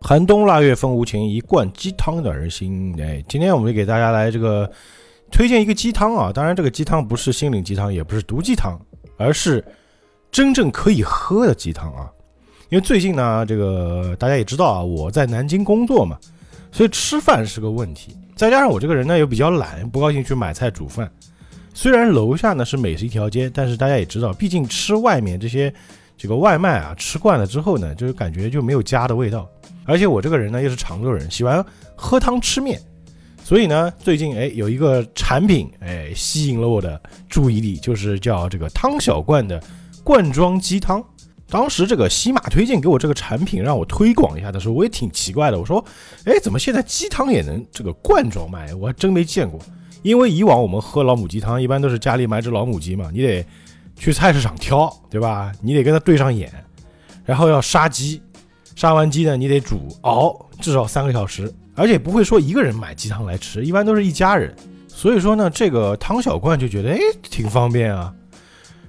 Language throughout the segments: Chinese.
寒冬腊月风无情，一罐鸡汤暖人心。哎，今天我们给大家来这个推荐一个鸡汤啊，当然这个鸡汤不是心灵鸡汤，也不是毒鸡汤，而是真正可以喝的鸡汤啊。因为最近呢，这个大家也知道啊，我在南京工作嘛，所以吃饭是个问题。再加上我这个人呢又比较懒，不高兴去买菜煮饭。虽然楼下呢是美食一条街，但是大家也知道，毕竟吃外面这些这个外卖啊，吃惯了之后呢，就是感觉就没有家的味道。而且我这个人呢又是常州人，喜欢喝汤吃面，所以呢最近哎有一个产品哎吸引了我的注意力，就是叫这个汤小罐的罐装鸡汤。当时这个西马推荐给我这个产品，让我推广一下的时候，我也挺奇怪的。我说，哎，怎么现在鸡汤也能这个罐装卖？我还真没见过。因为以往我们喝老母鸡汤，一般都是家里买只老母鸡嘛，你得去菜市场挑，对吧？你得跟它对上眼，然后要杀鸡，杀完鸡呢，你得煮熬至少三个小时，而且不会说一个人买鸡汤来吃，一般都是一家人。所以说呢，这个汤小罐就觉得哎挺方便啊。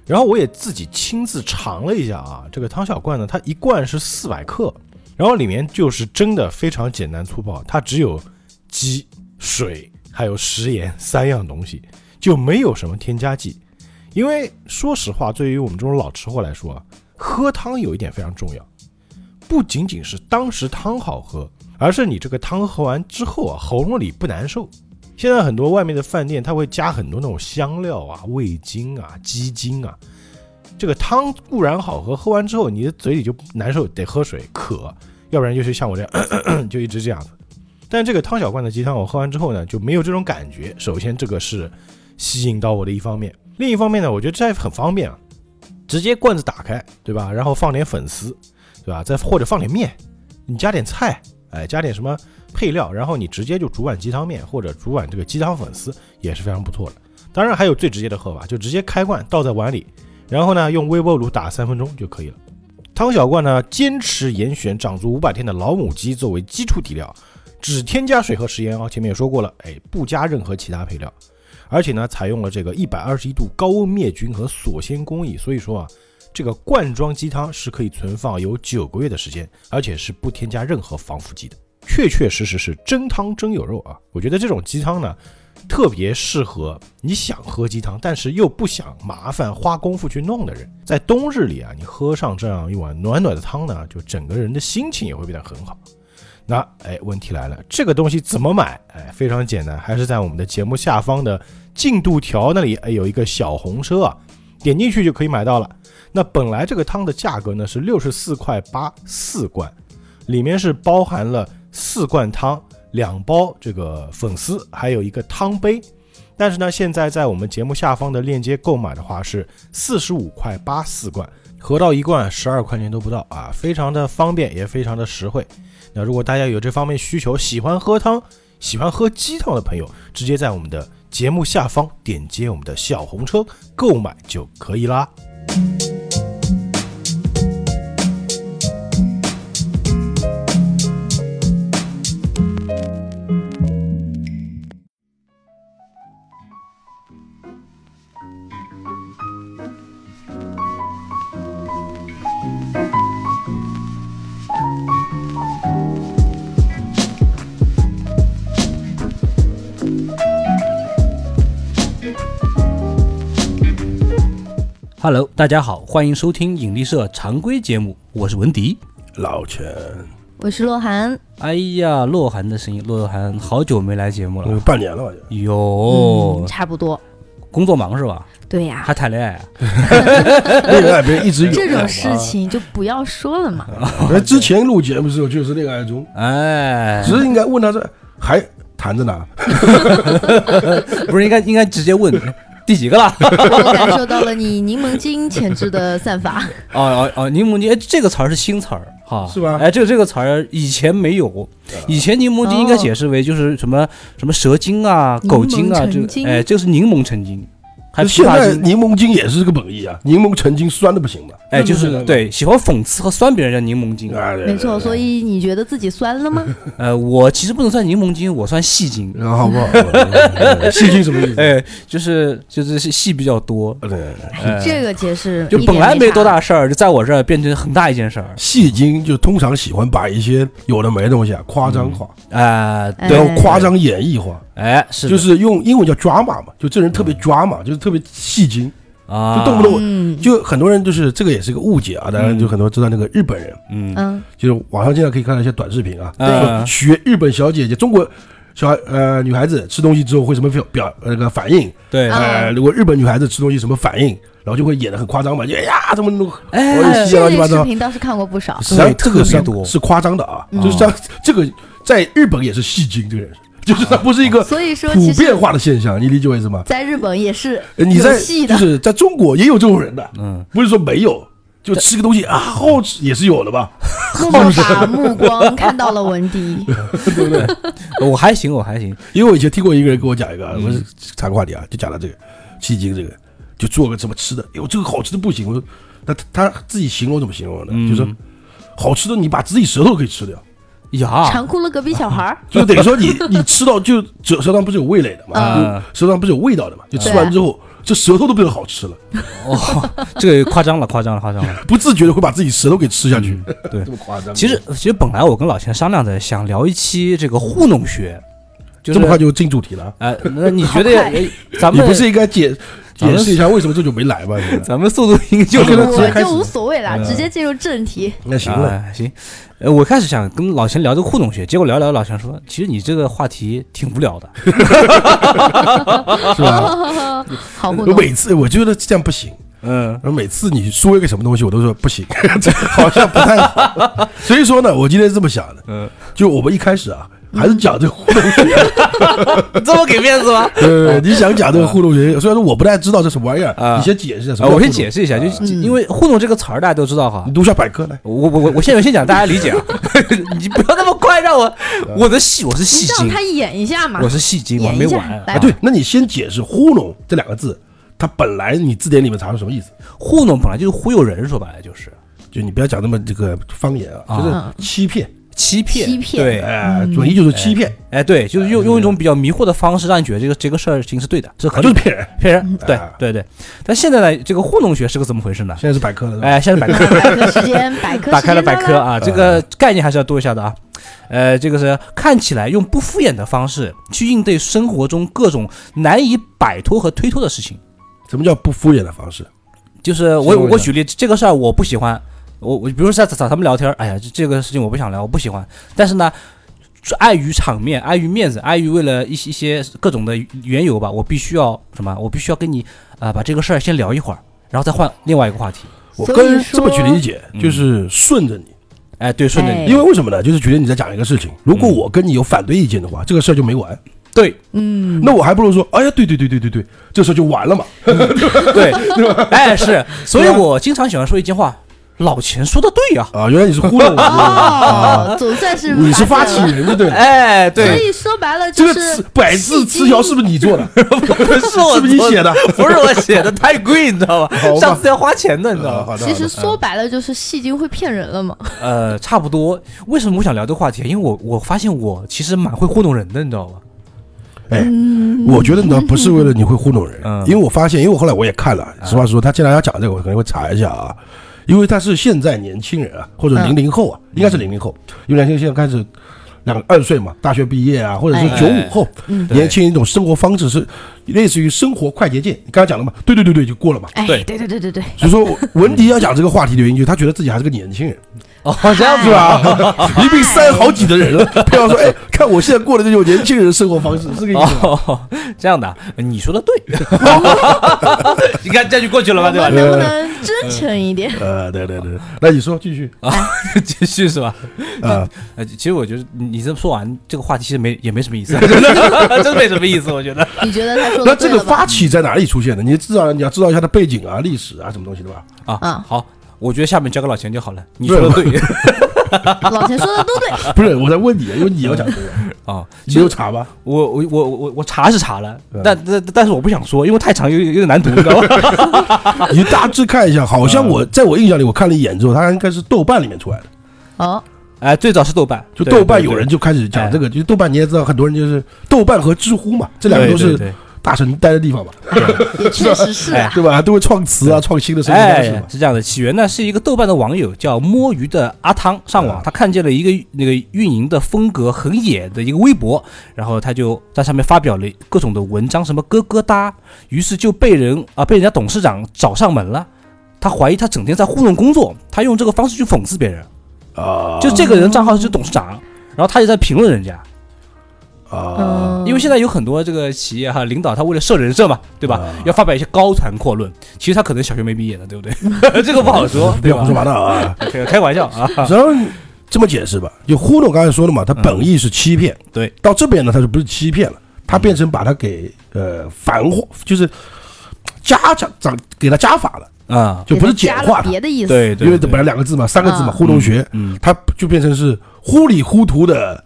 然后我也自己亲自尝了一下啊，这个汤小罐呢，它一罐是四百克，然后里面就是真的非常简单粗暴，它只有鸡、水还有食盐三样东西，就没有什么添加剂。因为说实话，对于我们这种老吃货来说啊，喝汤有一点非常重要，不仅仅是当时汤好喝，而是你这个汤喝完之后啊，喉咙里不难受。现在很多外面的饭店，它会加很多那种香料啊、味精啊、鸡精啊。这个汤固然好喝，喝完之后你的嘴里就难受，得喝水渴，要不然就是像我这样咳 咳咳就一直这样子。但这个汤小罐的鸡汤，我喝完之后呢，就没有这种感觉。首先，这个是吸引到我的一方面；另一方面呢，我觉得这很方便啊，直接罐子打开，对吧？然后放点粉丝，对吧？再或者放点面，你加点菜，哎，加点什么配料，然后你直接就煮碗鸡汤面或者煮碗这个鸡汤粉丝也是非常不错的。当然还有最直接的喝法，就直接开罐倒在碗里，然后呢用微波炉打三分钟就可以了。汤小罐呢坚持严选长足五百天的老母鸡作为基础底料，只添加水和食盐哦，前面也说过了，哎，不加任何其他配料，而且呢采用了这个一百二十一度高温灭菌和锁鲜工艺，所以说啊。这个罐装鸡汤是可以存放有九个月的时间，而且是不添加任何防腐剂的，确确实实是真汤真有肉啊！我觉得这种鸡汤呢，特别适合你想喝鸡汤，但是又不想麻烦花功夫去弄的人。在冬日里啊，你喝上这样一碗暖暖的汤呢，就整个人的心情也会变得很好。那哎，问题来了，这个东西怎么买？哎，非常简单，还是在我们的节目下方的进度条那里，哎有一个小红车啊，点进去就可以买到了。那本来这个汤的价格呢是六十四块八四罐，里面是包含了四罐汤、两包这个粉丝，还有一个汤杯。但是呢，现在在我们节目下方的链接购买的话是四十五块八四罐，合到一罐十二块钱都不到啊，非常的方便，也非常的实惠。那如果大家有这方面需求，喜欢喝汤、喜欢喝鸡汤的朋友，直接在我们的节目下方点击我们的小红车购买就可以啦。 Hello，大家好，欢迎收听引力社常规节目，我是文迪。老陈，我是洛涵，哎呀，洛涵的声音，洛涵好久没来节目了有，嗯半年 了吧？哟哦嗯，差不多，工作忙是吧？对呀、还谈恋爱啊？就恋爱不是一直有这种事，情就不要说了嘛。好吧那之前录节目时候就是恋爱中，哎，只是应该问他这还谈着呢，不是应该应该直接问 第几个了？我感受到了 你柠檬精潜质的散发，哦哦哦，柠檬精，哎，这个词儿是新词儿哈，是吧哎，这个这个词儿以前没有，以前柠檬精应该解释为就是什么什么蛇精啊、柠檬狗精啊，这成个精哎，这个是柠檬成精，还现琵琶在精，柠檬精也是个本意啊，柠檬曾经酸的不行嘛，哎，就是对喜欢讽刺和酸别人叫柠檬精。哎，没错，所以以你觉得自己酸了吗？呃，我其实不能算柠檬精，我算戏精。然后好 不好？哎细菌什么意思？哎，就是就是戏戏比较多，对，哎这个解释就一点本来没没多差大事儿，就在我这儿变成很大一件事儿。戏精就通常喜欢把一些有的没的东西啊夸嗯张化，啊，哎然后夸张演绎化，哎，是的嗯就是用英文叫 drama 嘛，就这人特别 drama，就是特别戏精，啊，就动不动嗯就很多人就是这个也是个误解啊，当然就很多知道那个日本人，嗯嗯，就是网上经常可以看到一些短视频啊，嗯说学日本小姐姐、中国小孩呃女孩子吃东西之后会什么表表呃那个反应，对，啊呃，如果日本女孩子吃东西什么反应，然后就会演的很夸张嘛，就哎呀怎么弄，哎我有这戏啊乱类七八视糟，频倒是看过不少。实际上这个特别是多是夸张的啊，嗯就是像这个在日本也是戏精，这个人就是它不是一个所以嗯说，普其实遍化的现象，你理解我意思吗？在日本也是呃你在有戏就的，是在中国也有这种人的，嗯，不是说没有，就吃个东西啊好吃也是有的吧？默默把目光看到了文迪。嗯我还行，我还行，因为我以前听过一个人跟我讲一个嗯啊，我是插个话题啊，就讲到这个戏精这个，就做个什么吃的，哎呦这个好吃的不行，我说那他他自己形容怎么形容呢？嗯就说好吃的你把自己舌头给吃掉，呀啊馋，哭了隔壁小孩儿，就等于说你 你吃到就舌舌上不是有味蕾的嘛嗯，就舌上不是有味道的嘛，就吃完之后这舌头都变得好吃了，哦，这个夸张了，夸张了，夸张 了。不自觉的会把自己舌头给吃下去，对这么夸张？其实，其实本来我跟老钱商量着想聊一期这个糊弄学，就是这么快就进主题了，啊哎，那你觉得好快也哎咱你们不是应该解咱解们释一下为什么这就没来吗？咱们速度营救就跟他直接我开就始无所谓啦，嗯直接进入正题。那行了，啊，行，呃，我开始想跟老钱聊这个互动学，结果聊聊老钱说，其实你这个话题挺无聊的，是吧？好互我动，每次我觉得这样不行， 嗯，然后每次你说一个什么东西，我都说不行，这好像不太好。所以说呢，我今天是这么想的，嗯，就我们一开始啊，还是讲这个互动学。这么给面子吗？呃，你想讲这个互动学，虽然说我不太知道这什么玩意儿，嗯啊你先解释一下 什啊，嗯么。我先解，释一下，就就嗯因为“互动”这个词儿大家都知道哈你，读一下百科来。我我我我先我先讲，大家理解 啊，你不要那么快 让我我的戏我是戏你让精，他演一下嘛我。是戏精，我演一没下完来啊对，那你先解释“糊弄”这两个字，它本来你字典里面查出什么意思？糊弄本来就是忽悠人，说白了就是就你不要讲那么这个方言啊，啊就是欺骗，欺骗，欺骗啊对，哎，准一就是欺骗，嗯哎对，就是用用一种比较迷惑的方式让你觉得这个这个事儿情是对的，是合啊理就是的骗人。嗯骗人，对啊对对。但现在呢，这个糊弄学是个怎么回事呢？现在是百科了是吧，哎，现在百科百科时间，百科打时开间了百科啦啦，啊，这个概念还是要多一下的啊。呃，这个是看起来用不敷衍的方式去应对生活中各种难以摆脱和推脱的事情。什么叫不敷衍的方式？就是我行为我的举例，这个事儿我不喜欢，我我比如说在找他们聊天儿，哎呀，这这个事情我不想聊，我不喜欢。但是呢，碍于场面，碍于面子，碍于为了一些一些各种的缘由吧，我必须要什么？我必须要跟你啊、呃把这个事儿先聊一会儿，然后再换另外一个话题。我所以跟这么去说理解，嗯就是顺着你，哎，对，顺着你，哎因为为什么呢？就是觉得你在讲一个事情，如果我跟你有反对意见的话，这个事儿就没完。对嗯，那我还不如说，哎呀，对对对对对对，这事儿就完了嘛。 对，哎是，所以我经常喜欢说一句话：老钱说的对呀、啊，原来你是糊弄我，啊哦，总算是你是发发现起了。人就对了。哎，所对，以说白了这就个是词百字词条是不是你做的？ 是我是不是你做写的？ 不是我写的，太贵，你知道吧呃好？吧上次要花钱的，你知道啊吧？好的其实好的说白了就是戏精会骗人了嘛。呃，差不多。为什么我想聊这个话题？因为我我发现我其实蛮会糊弄人的，你知道吧？哎，我觉得呢，不是为了你会糊弄人嗯，因为我发现，因为我后来我也看嗯了，实话实说，他既然要讲这个，我肯定会查一下啊，因为他是现在年轻人啊，或者嗯零零后啊，应该是零零后，因为年轻人现在开始两二十岁嘛，大学毕业啊，或者是哎九五后，嗯年轻人一种生活方式是类似于生活快捷键，你刚才讲了嘛，对对对对，就过了嘛。哎，对对对对对对，所以说，文迪要讲这个话题的原因，就是他觉得自己还是个年轻人，哦，这哎样是吧？ 已经三好几的人了，不要说哎，看我现在过的这种年轻人的生活方式，是这个意思吗。哦， 这样的啊，你说的对。 你看这样就过去了吧，对 我们吧？哎能不能真诚一点？呃，对对对，那你说继续啊 继续是吧？啊？呃，其实我觉得你你这么说完这个话题，其实没也没什么意思，啊真的 真没什么意思，我觉得。你觉得他说嗯那的这对个了吧？啊发起在哪里出现的？你至少你要知道一下它背景啊、历史啊，什么东西的吧？啊，嗯好，我觉得下面交给老钱就好了。你说的对 老钱说的都对，不是我在问你，因为 你要讲这个，啊，你有查吗？我我我我我查是查了嗯，但但但是我不想说，因为太长有有点难读，你知道吧？啊你大致看一下，好像我在我印象里，我看了一眼之后，它应该是豆瓣里面出来的。哦， 哎，最早是豆瓣，就对豆瓣对哎有对人就开始讲这个，就是豆瓣你也知道，很多人就是豆瓣和知乎嘛，这两个对都对是对大神待的地方嘛，也确实是啊，对吧？都会创词啊，创新的生活方式哎嘛，。是这样的，起源呢是一个豆瓣的网友叫摸鱼的阿汤上嗯网，他看见了一个那个运营的风格很野的一个微博，然后他就在上面发表了各种的文章，什么咯咯哒，于是就被人啊被人家董事长找上门了。他怀疑他整天在糊弄工作，他用这个方式去讽刺别人。啊就这个哦人账号是董事长，然后他也在评论人家，啊，嗯，因为现在有很多这个企业哈、领导他为了设人设嘛，对吧？嗯要发表一些高谈阔论，其实他可能小学没毕业的，对不对？ 这个不好说，不对要吧胡？说八道啊！开开玩笑啊，嗯然后这么解释吧，就糊弄刚才说了嘛，他本意是欺骗，对，到这边呢，他就不是欺骗了，他变成把他给呃繁化，就是加加长给他加法了，啊，就不是给简他加了化它，别的意思，对对，因为本来两个字嘛，三个字嘛，嗯糊弄学，嗯他就变成是糊里糊涂的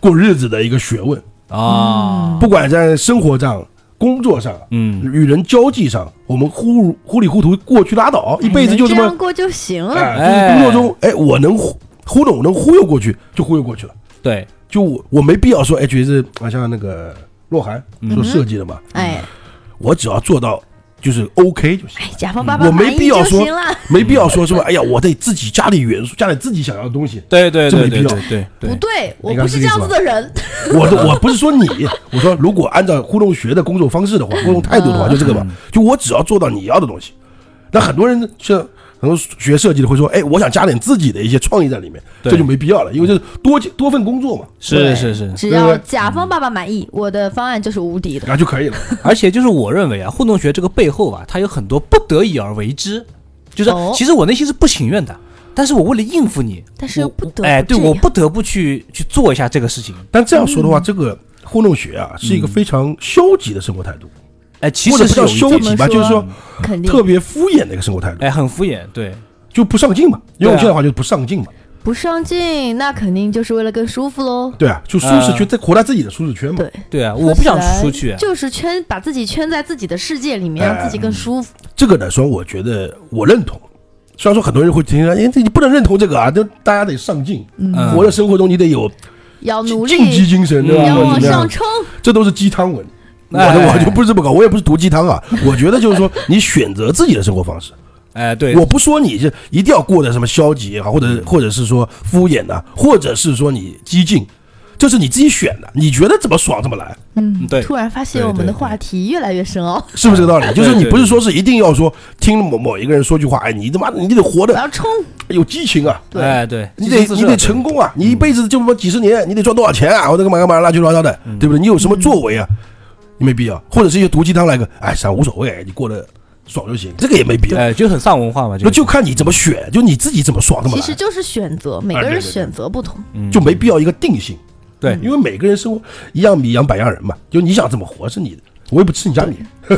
过日子的一个学问，嗯啊，不管在生活上、工作上、嗯，与人交际上，我们糊糊里糊涂过去拉倒，嗯一辈子就这哎这么样，过就行了，哎，就是工作中，哎，我能糊糊弄，我能忽悠过去，就忽悠过去了，对，就我我没必要说，哎，觉得啊，像那个洛涵做设计的嘛，哎我只要做到就是 OK 就行。哎，甲方爸爸我没满意必要就说行了，没必要说什么，哎呀，我得自己加点元素，加点自己想要的东西。对对这么对一对批对对不对，对，我你看不是这这个意样思子的人，我的我不是说你，我说如果按照糊弄学的工作方式的话，糊弄态度的话，就这个吧，就我只要做到你要的东西。那很多人像很多学设计的会说，哎，我想加点自己的一些创意在里面，对这就没必要了，因为这是多多份工作嘛，是是是，只对要对甲方爸爸满意，我的方案就是无敌的。啊就可以了。而且就是我认为啊，互动学这个背后啊，它有很多不得已而为之，就是哦其实我内心是不情愿的，但是我为了应付你，但是我又不得不哎，对这我样不得不去去做一下这个事情，但这样说的嗯话，这个糊弄学啊是一个非常消极的生活态度，哎，其或者实不是叫有一消点极吧，这就么说是说肯定特别敷衍的一个生活态度，嗯哎，很敷衍，对，就不上进嘛。对啊用我们现在话就是不上进嘛，不上进，那肯定就是为了更舒服喽。对啊，就舒适圈，在活在自己的舒适圈嘛。对，嗯对啊，我不想出去，就是圈把自己圈在自己的世界里面，哎让自己更舒服。这个来说，我觉得我认同。虽然说很多人会听说，哎，这你不能认同这个啊，就大家得上进，嗯活在生活中你得有要哦努力，竞技精神，对吧？要或者往怎么上样？冲。这都是鸡汤文。我哎我就不是这么搞，我也不是毒鸡汤啊。我觉得就是说，你选择自己的生活方式。哎，对，嗯我不说你这一定要过得什么消极也好，或者或者是说敷衍呐、或者是说你激进，这是你自己选的，你觉得怎么爽怎么来，嗯对突然发现对我们的对话题越来越深哦奥，是不是这个道理？就是对你对不是说是一定要说听某某一个人说句话，哎，你他妈你得活我得要冲。有激情啊，对哎，对，你得你得成功嗯啊！你一辈子就这么几十年，你得赚多少钱啊？或者干嘛干嘛乱七八糟的，嗯对不对？你有什么作为啊？你没必要，或者是一些毒鸡汤来个，哎，啥无所谓，你过得爽就行，这个也没必要。哎，就很丧文化嘛，这那个就看你怎么选，就你自己怎么爽怎么其来，实就是选择，每哎个对人对对嗯选择不同。就没必要一个定性。嗯对因为每个人生活一样米养百样人嘛，就你想怎么活是你的，我又不吃你家米，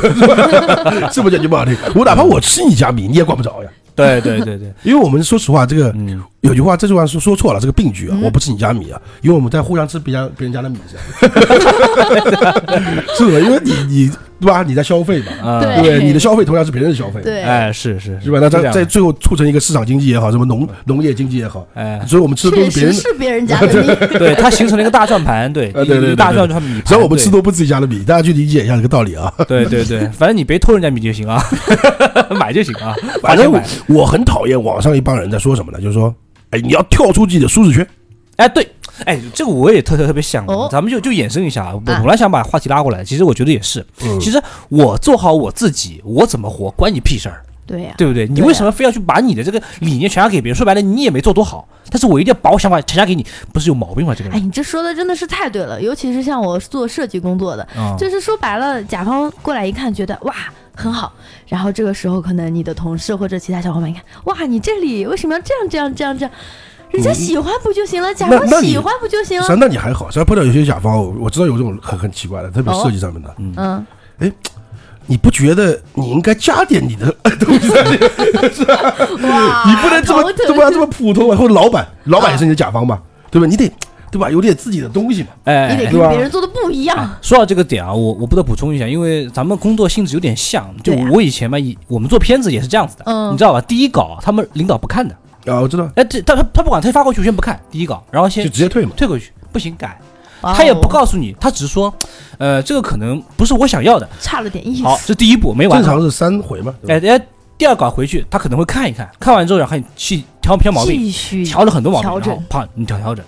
是不是讲句不好听？我哪怕我吃你家米，你也管不着呀。对对 对对，因为我们说实话，这个嗯，有句话，这句话说说错了，这个病句啊，我不吃你家米啊，因为我们在互相吃别人别人家的米是吧， 是的，因为你你对吧？你在消费嘛，啊，对对不对，你的消费同样是别人的消费，对，哎，是是是吧？那这在样嗯在最后促成一个市场经济也好，什么农农业经济也好，哎，所以我们吃的都确实是别人的，是别人家的 命。对，它形成了一个大转盘，对，呃对对对一个大转盘米盘，所以我们哎对吃都不自己家的米，大家去理解一下这个 道理啊。对对对，反正你别偷人家米就行啊， 买就行啊，花反钱正我买我很讨厌网上一帮人在说什么呢？就是说，哎，你要跳出自己的舒适圈，哎，对，哎，这个我也特特特别想的哦，咱们就就衍生一下啊。我本来想把话题拉过来，其实我觉得也是，嗯其实我做好我自己，我怎么活关你屁事儿，啊对呀，对不对？你对为什么非要去把你的这个理念传达给别人？说白了，你也没做多好，但是我一定要把我想法传达给你，不是有毛病吗？这个哎，人，你这说的真的是太对了，尤其是像我做设计工作的，嗯啊，就是说白了，甲方过来一看，觉得哇很好，然后这个时候可能你的同事或者其他小伙伴一看，哇你这里为什么要这样这样这样这样？人家喜欢不就行了？甲那方那你喜欢不就行实际上了？啊那你哦还好，实际上碰到有些甲方，我我知道有这种很很奇怪的，特别设计上面的，嗯，哎，你不觉得你应该加点你的 东西在里面？啊哇， 你不能这么头疼这么这么普通啊？或者老板，老板也是你的甲方嘛，对吧？你得对吧？有点自己的东西嘛。哎，你得跟别人做的不一哎样。说到这个点啊，我我不得补充一下，因为咱们工作性质有点像。就对啊我以前嘛，以我们做片子也是这样子的，嗯你知道吧？第一稿他们领导不看的，啊，我知道，哎，这他他他不管，他发过去先不看第一稿，然后就先直接退嘛。退回去，不行改，哇哦他也不告诉你，他只是说，呃，这个可能不是我想要的。差了点意思。好，这第一步没完正。常是三回嘛。对吧哎，人家第二稿回去，他可能会看一看，看完之后然后你去挑挑毛病，继续调了很多毛病，调然后整，啪，你调调整，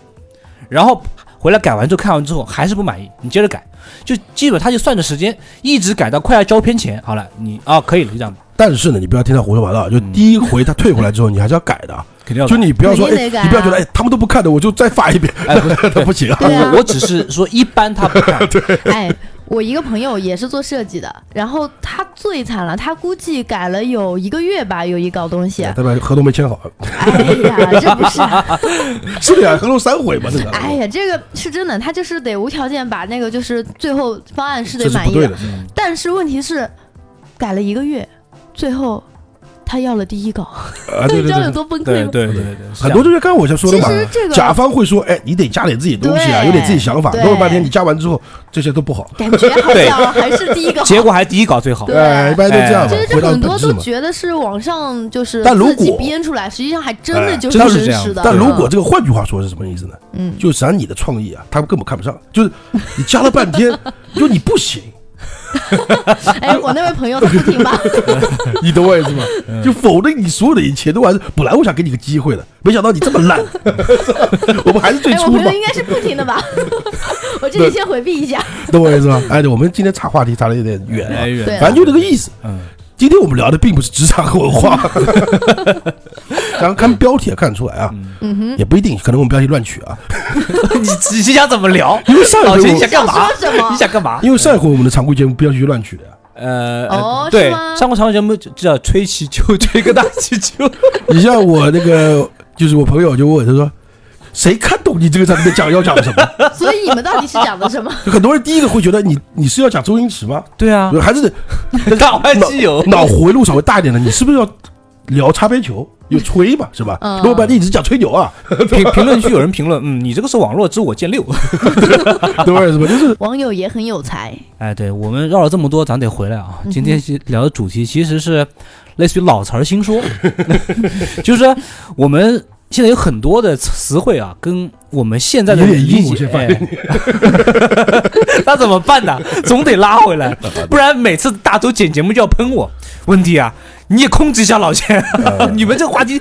然后回来改完之后，看完之后还是不满意，你接着改，就基本他就算着时间，一直改到快要交片前，好了，你啊可以了，就这样吧，但是呢，你不要听他胡说八道，嗯就第一回他退回来之后，你还是要改的啊。肯定要就你不要说，肯哎，定得改啊你不要觉得，哎，他们都不看的，我就再发一遍， 哎不是那不行啊。对啊我我只是说一般他不看，哎，我一个朋友也是做设计的，然后他最惨了，他估计改了有一个月吧，有一稿东西。对吧？合同没签好，哎呀，这不 是，是的呀，合同三回嘛，这个。啊哎呀，这个是真的，他就是得无条件把那个就是最后方案是这得是满不意啊对的，但是问题是，改了一个月，最后他要了第一稿，啊，对你对知道有对对，多崩溃对吗？对对对，很多就是刚才我就说的啊其嘛，实这甲个方会说，哎，你得加点自己东西啊，对有点自己想法，对弄了半天你加完之后，这些都不好，感觉好像还是第一个好。结果还第一稿最好，对啊哎，一般都这样哎嘛其实，回这到很本多质都嘛。觉得是网上就是但如自己果编出来，实际上还真的哎就是真是真这样实的。但如果嗯这个换句话说是什么意思呢？嗯，就咱你的创意啊，他们根本看不上，就是你加了半天， 你说你不行，哎，我那位朋友他不 听吧？你懂我意思吗？嗯就否定你所有的一切，都还是本来我想给你个机会的，没想到你这么 烂，我们还是最哎，我粗朋暴友，应该是不听的吧？ 我这里先回避一下。懂我意思吗？哎，对，我们今天岔话题岔的有点远哎啊，远对反正就这个意思。嗯，今天我们聊的并不是职场文化，然后看标题也看得出来啊，嗯哼，也不一定，可能我们标题乱取啊，你你想怎么聊？因为上一老秦回你想我干嘛想？说什么你想干嘛？因为上一回我们的常规节目标题就乱取的呀，呃，哦对是，吗上过常规节目就叫吹气球， 吹个大气球，你像我那个，就是我朋友就问我，他说。谁看懂你这个在里面讲要讲什么？ 所以你们到底是讲的什么？就很多人第一个会觉得你你是要讲周星驰吗？对 啊，还是大外机油，脑回路稍微大一点的，你是不是要聊擦边球？有吹 嘛，是吧？嗯如果半天一直讲吹牛 啊，评评论区有人评论，嗯，你这个是网络之我见六。对吧？什 么就是网友也很有才，哎，对我们绕了这么多，咱得回来啊嗯。哼今天其聊的主题其实是类似于老词儿新 说，就是说我们现在有很多的词汇啊，跟我们现在的有点硬理解我先发，哎 那怎么办呢？总得拉回来，不然每次大周剪节目就要喷我。问题啊，你也控制一下老钱，呃你们这个话 题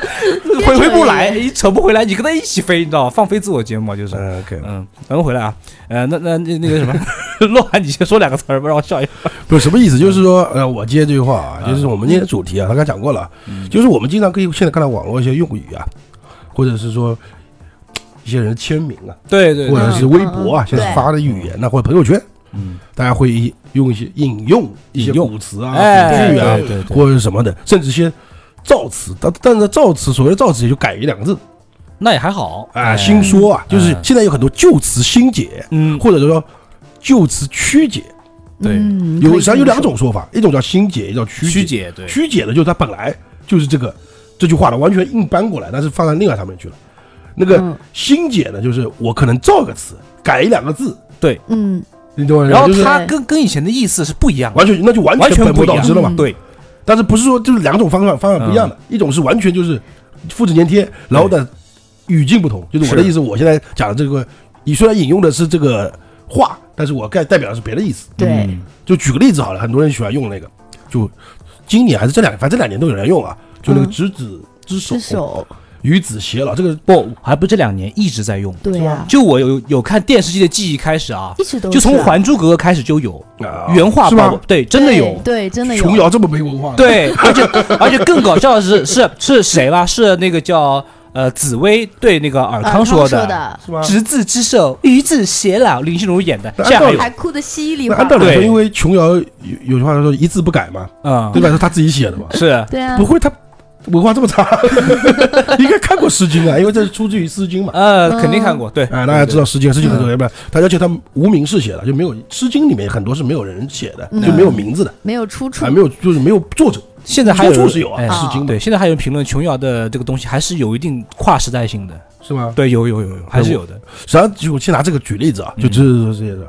回回不来，一扯不回来，你跟他一起飞，你知道吗？放飞自我节目嘛，就是。嗯，OK，嗯，咱们回来啊，呃，那那那那个什么，洛涵，你先说两个词儿，不让我笑一下。不是什么意思？就是说，呃，我接这句话啊，嗯就是我们今天的主题啊，他刚讲过了，就是我们经常可以现在看到网络一些用语啊，或者是说一些人的签名啊，对对或对，者是微博啊嗯，嗯现在发的语言呐，啊或者朋友圈，嗯，大家会用一些引用一些引用古词啊、哎，古对句啊，对对，或者是什么的，甚至一些造词，但但是造词，所谓的造词也就改一两个字那也还好哎啊，新，说啊，就是现在有很多旧词新解，嗯，或者说旧词曲解，对嗯，有可以实际上有这么两种说法，一种叫新解，一种叫曲曲解。解对，曲解的就是它本来就是这个这句话的，完全硬搬过来，但是放在另外上面去了。那说嗯个新解呢，就是我可能造个词，改一两个字，嗯，你懂我意思然后吗？就是哎它跟跟以前的意思是不一样的，完全那就完完全本不末一倒样置了嘛。嗯对，但是不是说就是两种方向方向不一样的，一种是完全就是复制粘贴，然后呢语境不同，就是我的是意思，我现在讲的这个，你虽然引用的是这个话，但是我代代表的是别的意思。对，嗯，就举个例子好了，很多人喜欢用那个，就今年还是这两，反正这两年都有人用啊，就那个嗯执子之手，是哦手，与子偕老，这个不，还不这两年一直在用，对呀，就我有有看电视剧的记忆开始啊一，直都就从是《啊还珠格格》开始就有啊原话是版 吧？对，真的对有。对，真的有，琼瑶这么没文化，，对，而且而且更搞笑的是，是是谁吧？是那个叫呃紫薇对那个尔尔康说呃的，的，哎是吧？执子之手，与子偕老，林心如演的，那这样还按有道还哭的稀里那哗按道啦。理说，对因为琼瑶有有句话说一字不改嘛，嗯对，吧？是他自己写的嘛， 是对啊不，会他文化这么差， 应该看过《诗经》啊，因为这是出自于《诗经》嘛。呃，肯定看过，对，哎，大家知道《诗经》，《诗经》很嗯重要，不然他而且他无名氏写的，就没有《诗经》里面很多是没有人写的，嗯就没有名字的，没有出处哎还。没有就是没有作者，现在还有出人处是有啊，哎《诗经》嘛，对，现在还有人评论琼瑶的这个东西还是有一定跨时代性的，是吗？对，有有有有，还是有的，实际上，就我先拿这个举例子啊，就嗯这这这些的。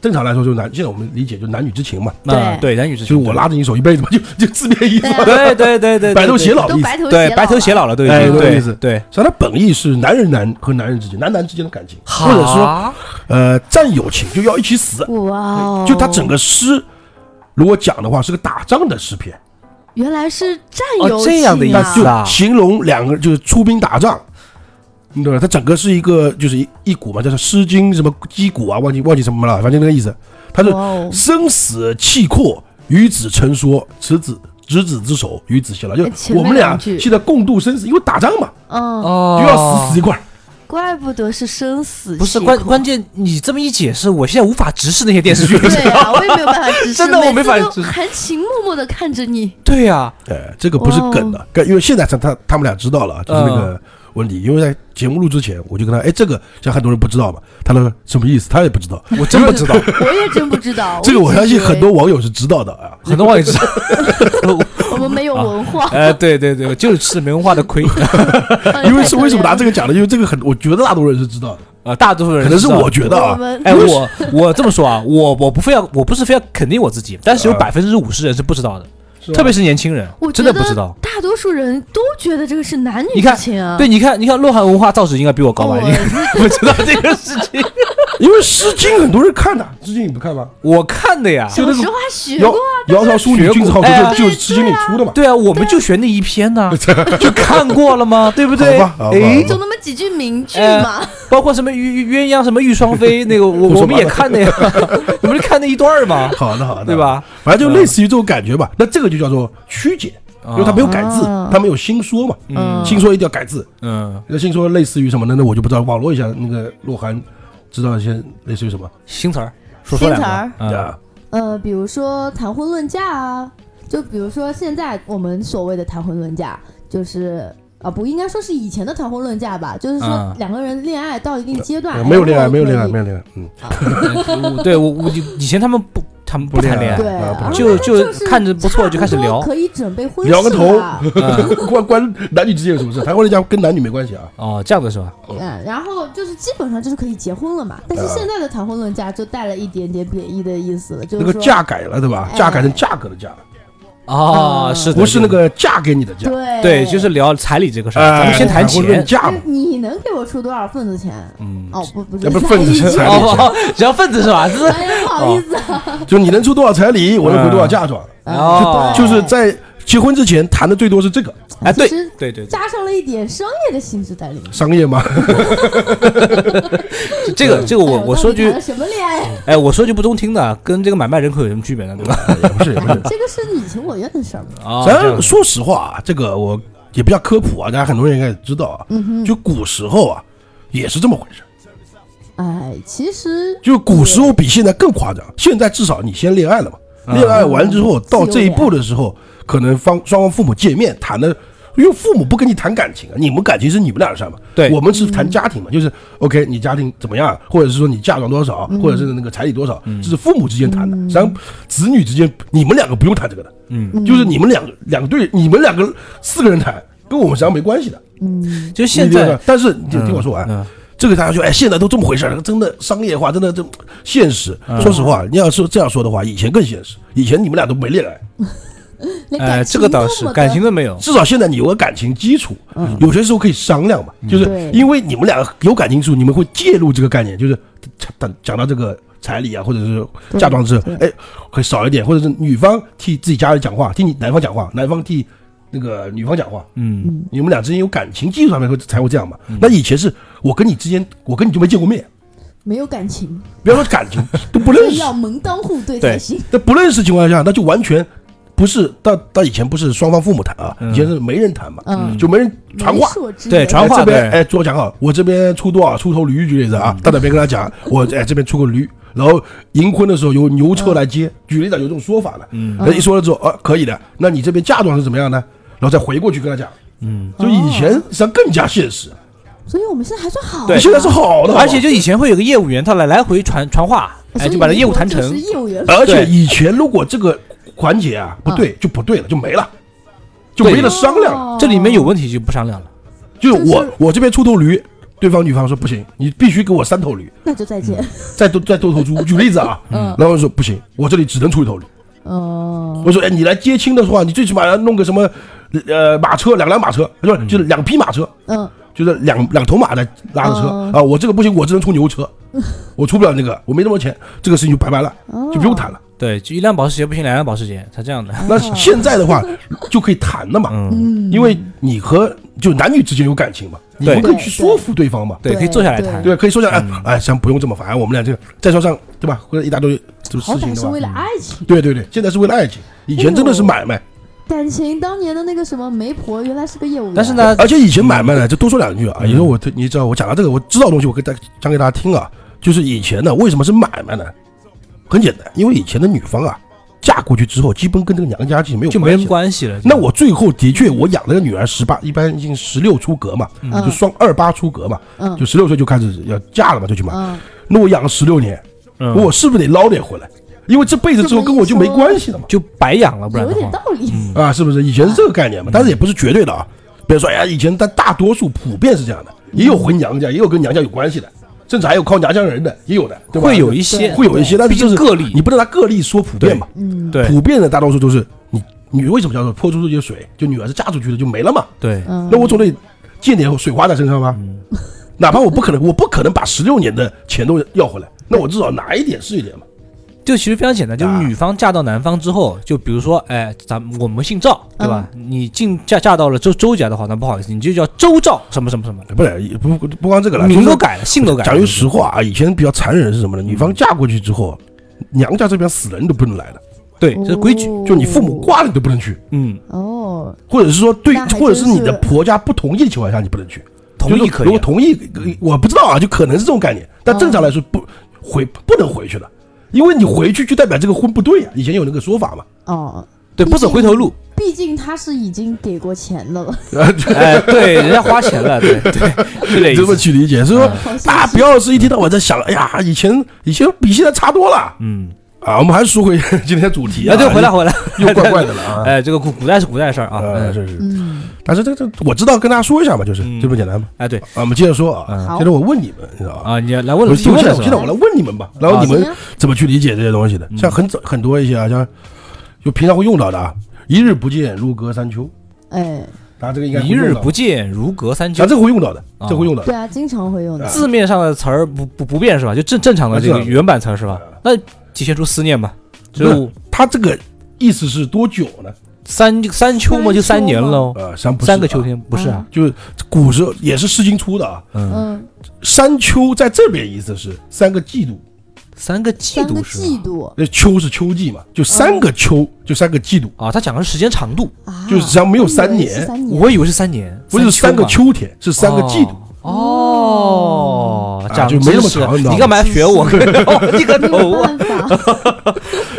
正常来说，就是男，现在我们理解就是男女之情嘛，那对啊对男女之就是情，我拉着你手一辈子嘛，就 就字面意思嘛。对对，对对对啊对，白头偕老的都意思。白头对，对白头偕老啊老了，对，哎对这个对意思对，实际上，它本意是男人男和男人之间、男男之间的感情，或者说好呃战友情，就要一起死。了。哇哦！就他整个诗，如果讲的话，是个打仗的诗嗯篇，原来是战哦友这样的情意啊思就啊形容两个就是出兵打仗。你懂吧？它整个是一个就是一一股嘛，叫做《诗经》什么击鼓啊，忘记忘记什么了，反正那个意思。它是哇哦生死契阔，与子成说，此子执子之手，与子偕老。哎就前我面们俩两句现在共度生死，因为打仗嘛，嗯，哦，又要死死一块儿。怪不得是生死不是契关合关键，你这么一解释，我现在无法直视那些电 视剧，对啊，我也没有办法直视，真的我没法每次直视都含情脉脉的看着你。 对啊呀，哎，这个不是梗的，梗因为现在他他他们俩知道了，啊就是那个问题。因为在节目录之前，我就跟他，哎，这个像很多人不知道嘛，他说什么意思，他也不知道。，我真不知道， 我也真不知道 这个我一直相信以为很多网友是知道的啊。很多网友知道， 我们没有文化，呃，对对对，我就是吃没文化的 亏，因为 是为什么拿这个？个讲的？因为这个很，我觉得大多数人是知道的，呃，大多数人可能是知道我觉得我啊。们 哎，我我这么说啊，我我不非要，我不是非要肯定我自己，但是有啊百分之五十人是不知道的，是吧特别是年轻人我，真觉的得不知道。大多数人都觉得这个是男女你看之情啊。哦对，你看，你看，洛汉文化造诣应该比我高吧？我应该我知道这个事情， 因为《诗经》很多人看的，《诗经》你不看吗？我看的 呀。小时候还学窈过，窈窕淑女，君子好哎逑，就是就是《诗经》里出的嘛。对啊，我们就学那一篇 呢，就看过了吗？对不对？好吧好吧哎，就那么几句名句哎嘛。包括什么鸳鸳鸯什么玉双飞，那个 我胡说我们也八道看的呀，我们就看那一段儿嘛，好的，好的，对？吧？反正就类似于这种感觉吧。那这个就叫做曲解，因为他没有改字啊，他没有新说嘛。嗯新说一定要改字，嗯，那新说类似于什么呢？那我就不知道，网络一下那个洛涵知道一些类似于什么新词儿，说说新两个词儿嗯啊？呃，比如说谈婚论嫁啊，就比如说现在我们所谓的谈婚论嫁，就是。啊，不应该说是以前的谈婚论嫁吧，就是说嗯两个人恋爱到一定阶段，呃没有恋爱，然后没有恋爱，可以没有恋爱，嗯，我 对我我以前他们不，他们不谈恋爱，对，啊然后就大家就看着不错就开始差不多聊可以准备婚聊个事头了嗯关关男女之间有什么事？谈婚论嫁跟男女没关系啊。哦，这样子是吧？嗯，然后就是基本上就是可以结婚了嘛。但嗯是现在的谈婚论嫁就带了一点点贬义的意思了，就那个是说嫁改了，对吧？哎嫁改成价格的价，哦，嗯是的，啊不是那个哎嫁给你的嫁。对对，就是聊彩礼这个事儿，哎咱们先谈婚论钱。嫁嘛就是，你能给我出多少份子钱？嗯，哦，不不那是，不是份子钱彩哦礼不钱，哦，只要份子是吧？这是哎呀，不好意思啊，就是你能出多少彩礼，我能回多少嫁妆。哦，哎就是在结婚之前谈的最多是这个哎，对其实对对，对加上了一点商业的性质在里面。商业嘛，这个这个我哎我到说底句谈了什么恋爱？哎，我说句不中听的，跟这个买卖人口有什么区别呢？对吧？也不是也不是哎。这个是你情我愿的事儿嘛。啊，这样 咱子说实话啊，这个我也比较科普啊，大家很多人应该也知道啊。嗯就古时候啊，也是这么回事。哎，其实就古时候比现在更夸张，现在至少你先恋爱了嘛，恋爱完之后到这一步的时候，可能方双方父母见面谈的，因为父母不跟你谈感情啊，你们感情是你们俩的事儿嘛，对我们是谈家庭嘛，就是 OK，你家庭怎么样，或者是说你嫁妆多少，或者是那个彩礼多少，这是父母之间谈的，实际上子女之间你们两个不用谈这个的，嗯，就是你们两个两对，你们两个四个人谈，跟我们实际上没关系的，嗯 就现你这在个，但是你听我说完，嗯嗯这个大家就哎，现在都这么回事儿，真的商业化，真的这现实。嗯说实话，你要说这样说的话，以前更现实。以前你们俩都没恋爱，连哎，感这情个倒都是没得感情都没有，至少现在你有个感情基础，有些时候可以商量嘛。嗯就是对因为你们俩有感情基础，你们会介入这个概念，就是讲讲到这个彩礼啊，或者是嫁妆之后，哎，会少一点，或者是女方替自己家人讲话，替你男方讲话，男方替那个女方讲话，嗯，你们俩之间有感情基础上面会才会这样嘛。那以前是我跟你之间，我跟你就没见过面，没有感 情，不要说感情，都不认识要。门当户对对才行。那不认识情况下，那就完全不是到到以前不是双方父母谈啊，以前是媒人谈嘛，嗯，就没人传话媒。妁之对言传话哎这对边嗯哎，我讲好，我这边出多少出头驴，举例子啊，到那边跟他讲，我哎这边出个驴，然后迎婚的时候由嗯牛车来接，举例子有这种说法的，嗯，一说了之后，啊可以的，那你这边嫁妆是怎么样呢？后再回过去跟他讲。嗯，就以前哦实际上更加现实，所以我们现在还算好的，对现在是好啊的，好吧而且就以前会有个业务员，他来来回传传话，所哎，以就把这业务谈你成呃说就。是业务员而且对以前如果这个环节啊不对，就不对了，就没了，就对没得商量了。哦这里面有问题就不商量了。就是我就是我这边出头驴，对方女方说不行，你必须给我三头驴，那就再见，再多再多头 猪。举例子啊，嗯然后说不行，我这里只能出一头驴。哦，嗯我说哎，你来接亲的话，你最起码要弄个什么，呃，马车两辆马车，不是就是两匹马车，嗯，就是两两头马来拉着车哦啊。我这个不行，我只能出牛车，我出不了那个，我没那么多钱，这个事情就拜拜了，哦就不用谈了。对，就一辆保时捷不行，两辆保时捷，他这样的。那现在的话就可以谈了嘛，嗯，嗯，因为你和就男女之间有感情嘛，你对嗯们可以去说服对方嘛，对，对可以坐下来谈。对，可以说下哎哎，咱不用这么烦，我们俩这个再说上对吧？或者一大堆这种好事情歹对是为吧？嗯了爱情，对对对，现在是为了爱情，以前真的是买卖，感情当年的那个什么媒婆原来是个业务员，但是，呢，而且以前买卖呢，就多说两句啊。嗯以后我特你知道，我讲到这个，我知道的东西，我给大讲给大家听啊。就是以前呢，为什么是买卖呢？很简单，因为以前的女方啊，嫁过去之后，基本跟这个娘家其实没有就没关人系。关系了。那我最后的确，我养了个女儿十八，一般已经十六出阁嘛，嗯就双二八出阁嘛，嗯就十六岁就开始要嫁了嘛，就去买。嗯，那我养了十六年，嗯我是不是得捞点回来？因为这辈子之后跟我就没关系了嘛，就白养了，不然有的点话，道理，啊，是不是？以前是这个概念嘛，但是也不是绝对的啊。比如说，哎呀，以前但大多数普遍是这样的，也有回娘家，也有跟娘家有关系的，甚至还有靠娘家人的，也有的，对吧？会有一些，会有一些，但是毕就竟是个例你不能拿个例说普遍嘛。嗯，对普遍的大多数都是你，你为什么叫做泼出去的水？就女儿是嫁出去的就没了嘛？对，嗯，那我总得见点水花在身上吧？ 哪怕我不可能，我不可能把十六年的钱都要回来，那我至少拿一点是一点嘛。就其实非常简单，就是啊女方嫁到男方之后，就比如说，哎，咱们我们姓赵，对吧？你进嫁嫁到了周周家的话，那不好意思，你就叫周赵什么什么什么，哎不是，也不不不光这个了，名就是都改了，姓都改了。讲句实话啊，以前比较残忍是什么呢？女方嫁过去之后，啊娘家这边死人都不能来的，对，这是规矩。哦就你父母挂了你都不能去，嗯，哦，或者是说对那，还真或者是你的是婆家不同意的情况下你不能去。同就意是可如以果啊。同意，我不知道啊，就可能是这种概念。但正常来说不回不能回去的，因为你回去就代表这个婚不对呀、啊。以前有那个说法嘛，哦，对，不走回头路。毕竟他是已经给过钱的了， 哎，对，人家花钱了，对对，是这意这么思。去理解。所以说好像，是大家不要是一天到晚在想，哎呀，以前以前比现在差多了嗯，啊。我们还是说回 今天的主题哎，啊，对，回来回来，又 怪怪的了啊。哎，这个古古代是古代的事儿啊。啊，嗯是是，嗯，但是这这我知道，跟大家说一下嘛，就是嗯这么简单嘛。哎，对啊，我们接着说嗯啊好，接着我问你们，你知道吧？啊，你来问我了，现提问在的我时现在候，我来问你们吧，然后你行们啊怎么去理解这些东西的？嗯像很早很多一些啊，像就平常会用到的啊，一日不见，如隔三秋，哎，大家这个应该会一日用到不见如隔三秋啊，。这个会用到的，啊这个会用到的对。啊，经常会用的，字面上的词儿不不不变是吧？就正正常的这啊个是啊原版词儿是吧？那体现出思念嘛？就它这个意思是多久呢？三三秋嘛，就三年喽，呃，三不是啊三个秋，天不是啊？就是古时候也是《诗经》出的啊。嗯，嗯，三秋在这边意思是三个季度，三个季三个度是吧季度那秋是秋季嘛，就三个秋，就三个季度。啊，他讲的是时间长度，啊，就是实际上没有三我以为年是三年，我以为是三年，不是三三秋个嘛秋天，是三个季度。哦哦啊，长就没那么知识长你知道吗你干嘛要学 我？我低个没有头啊！ 办法，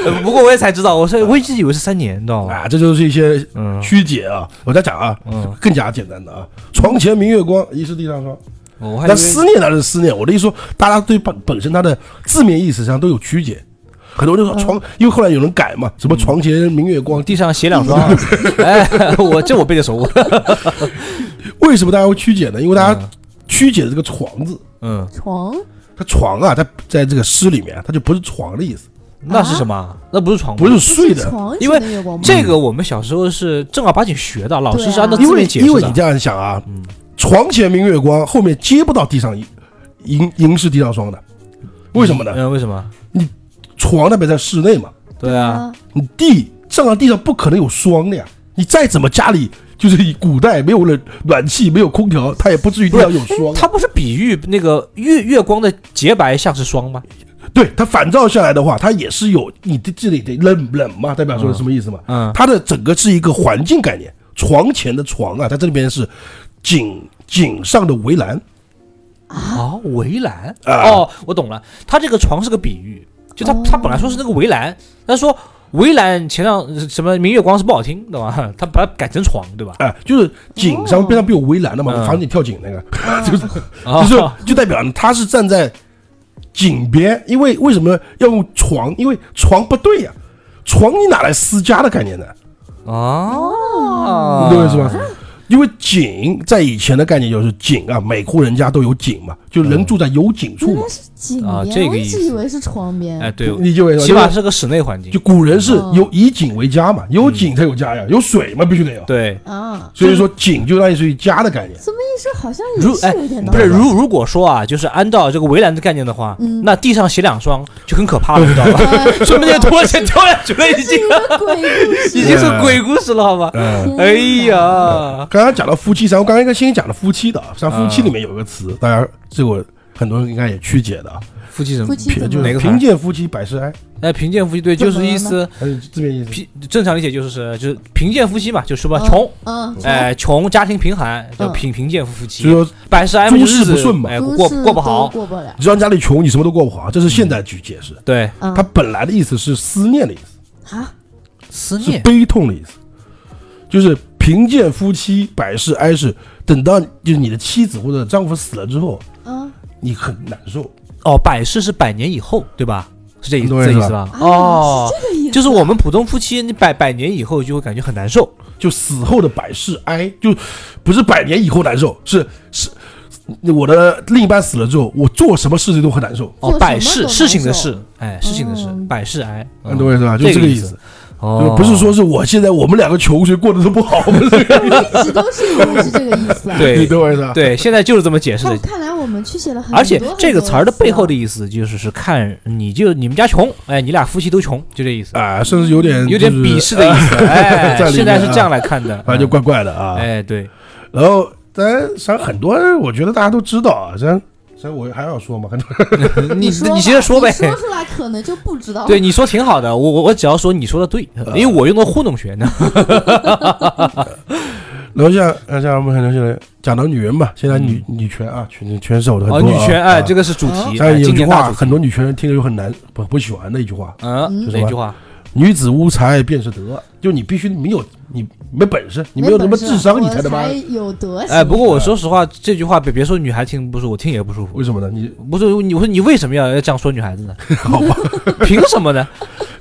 呃不过我也才知道，我说我一直以为是三年，你知道吗？啊，这就是一些哦嗯曲解啊。我在讲啊，嗯，更加简单的啊，床前明月光，疑是地上霜。我还以为那思念呢是思念，我的意思说，大家对本本身它的字面意思上都有曲解。很多人嗯说床，因为后来有人改嘛，什么床前明月光，地上写两 双，哎，我这我背得熟，为什么大家会曲解呢？因为大家嗯曲解这个床字，嗯， 床它床啊，它在这个诗里面，它就不是床的意思，那是什么？啊那哦不是床吗，不是不睡是的，床因为前的月光吗这个我们小时候是正儿八经学的，老师是按照对啊字因为面解释因为你这的。嗯样想啊，床前明月光，后面接不到地上银银银是地上霜的，为什么呢？嗯，为什么？床那边在室内嘛，对啊，，你地正常地上不可能有霜的呀。你再怎么家里就是以古代没有了暖气，没有空调，它也不至于地上有霜啊。它不是比喻那个月月光的洁白像是霜吗？对它反照下来的话，它也是有你的这里得冷冷嘛，代表说是什么意思嘛？嗯它的整个是一个环境概念。床前的床啊，它这里边是井井上的围栏，啊，围栏。哦啊哦，我懂了，它这个床是个比喻，就它哦它本来说是那个围栏，他说围栏前让什么明月光是不好听，对吧？他 把它改成床，对吧？哎，就是井上哦边上不有围栏的嘛，嗯防止你跳井那 个，啊就是就代表他是站在井边，因为为什么要用床？因为床不对呀、床你哪来私家的概念呢？哦，你懂我意思吧？因为井在以前的概念就是井啊，每户人家都有井嘛，就嗯人住在有井处原嘛来。是井啊边，这个我意一思直以为是床边。哎，对，你就会起码是个室内环境就。古人是哦有以井为家嘛，有井才有家呀，有水嘛必须得有。嗯对，啊，所以说井就类似于家的概念。这么一说，好像也如嗯是哎有一点道不 理。是如如果说啊，就是按照这个围栏的概念的话，嗯那地上写两双就很可怕 了，你知道吧？哎说明这个拖鞋掉下去了，已这经是一个鬼故 事已经是鬼故事了，好吧？嗯，哎天哪呀，刚刚讲到夫妻三，我刚刚应该先讲的夫妻的啊，像夫妻里面有一个词，嗯大家这个很多人应该也曲解的啊，夫妻什么夫？妻怎就么哪是个词儿啊贫贱夫妻百事哀，哎，贫贱夫妻对，怎就么是意了思还是字面意思。贫，正常理解就是就是贫贱夫妻嘛，就说吧嗯穷，嗯，哎，穷家庭贫寒叫嗯贫贫贱夫所以妻，说，百事哀慕诸日事子不顺嘛哎，都过是过不好都，过不了。只要家里穷，你什么都过不好，嗯这是现代去解释。对，嗯它本来的意思是思念的意思，啊，思是念，悲痛的意思，就是贫贱夫妻百事哀是等到就是你的妻子或者丈夫死了之后，嗯，你很难受。哦，百事是百年以后，对吧？是这意对这意是思吧吧？啊哦，是这啊个意思，就是我们普通夫妻，你百百年以后就会感觉很难受。就死后的百事哀，就不是百年以后难受，是是我的另一半死了之后，我做什么事情都很难受，做哦，什百么事都事情的难事受，哎，事情的事，嗯百事哀，你懂我意思吧？就啊这这个意意思，，哦就，不是说是我现在我们两个穷，所以过得都不好，不是？一直都是以为是这个意思 啊。你 对懂我意思吧？ 对，现在就是这么解释看的。看来我们曲解了很多，而且这个词儿的背后的意啊意思就是是看你就你们家穷，哎，你俩夫妻都穷，就这意思，啊，甚至有点有点就是鄙视的意 思。哎在，里面现在是这样来看 的，反正就怪怪的啊。哎，对，然后咱咱很多，我觉得大家都知道啊，咱咱我还要说嘛，很 多你说吧接着说呗。你说出来可能就不知道。 对，你说挺好的，我我我只要说你说的对，啊因为我用的糊弄学 呢。然后像像像我们很多现在讲到女人嘛，现在女女权啊，女权是有的嗯很哦，多女啊权，哎，这个个是主题，哎像有今句年大话，主题。很多女权人听着就很难不不喜欢的一句话，嗯，嗯哪句话？女子无才便是德，就你必须没有你没本事，你没有什么本事智商，你我才他妈有德 行。哎，不过我说实话，这句话别别说女孩听不舒服，我听也不舒服。为什么呢？你不是你，我说你为什么要要这样说女孩子呢？ 好吧，凭什么呢？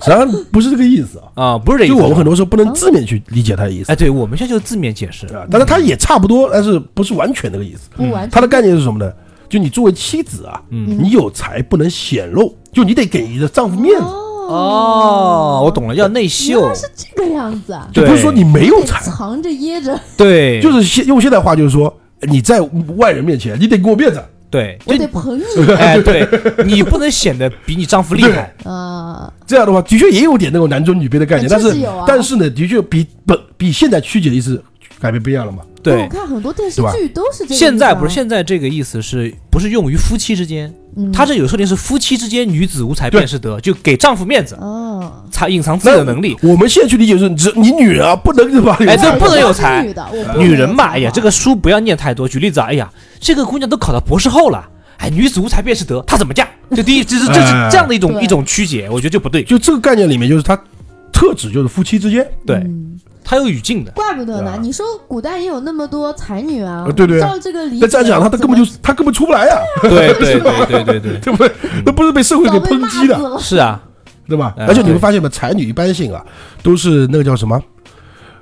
实际上不是这个意思啊，啊，不是 这意就思。我们很多时候不嗯能字面去理解他的意思哎，对，我们现在就字面解释。哦啊，但是他也差不多，但是不是完全这个意思。不完他的概念是什么呢？就你作为妻子啊，嗯你有才不能显露，就你得给你的丈夫面子，哦，我懂了，叫内原秀来。是这个样子啊，就不是说你没有得才，藏着 掖着，对，就是现用现代话就是说你在外人面前你得给我面子，对，我就得 捧你哎，对你不能显得比你丈夫厉害。啊。这样的话，的确也有点那种男尊女卑的概念，啊但确实是有啊但是呢，的确比本比现在曲解的意思改变不一样了嘛。但对我，看很多电视对吧剧都是这个意思啊。现在不是现在这个意思是不是用于夫妻之间？嗯他这有设定是夫妻之间女子无才对便是德，就给丈夫面子，哦，藏隐藏自己的能力。我们现在去理解是，只你女人啊不能吧？哎这不能有我才是女的，呃我不女能人有嘛，嗯才啊哎呀，华这个书不要念太多。举例子啊，哎呀，这个姑娘都考到博士后了，哎，女子无才便是德，她怎么嫁？这第一，这是这是哎这样的一种对嗯一种曲解，我觉得就不对。就这个概念里面，就是它特指就是夫妻之间，对，嗯它有语境 的。怪不得对啊呢。你说古代也有那么多才女啊啊，对对啊照这个理解，那这样讲，他他根本就是他根本出不来呀、对对对对对对，对不对？那不是被社会给嗯早被抨骂击死的，了是啊，对吧？嗯哎而且你会对发现嘛，才女一般性啊，都是那个叫什么？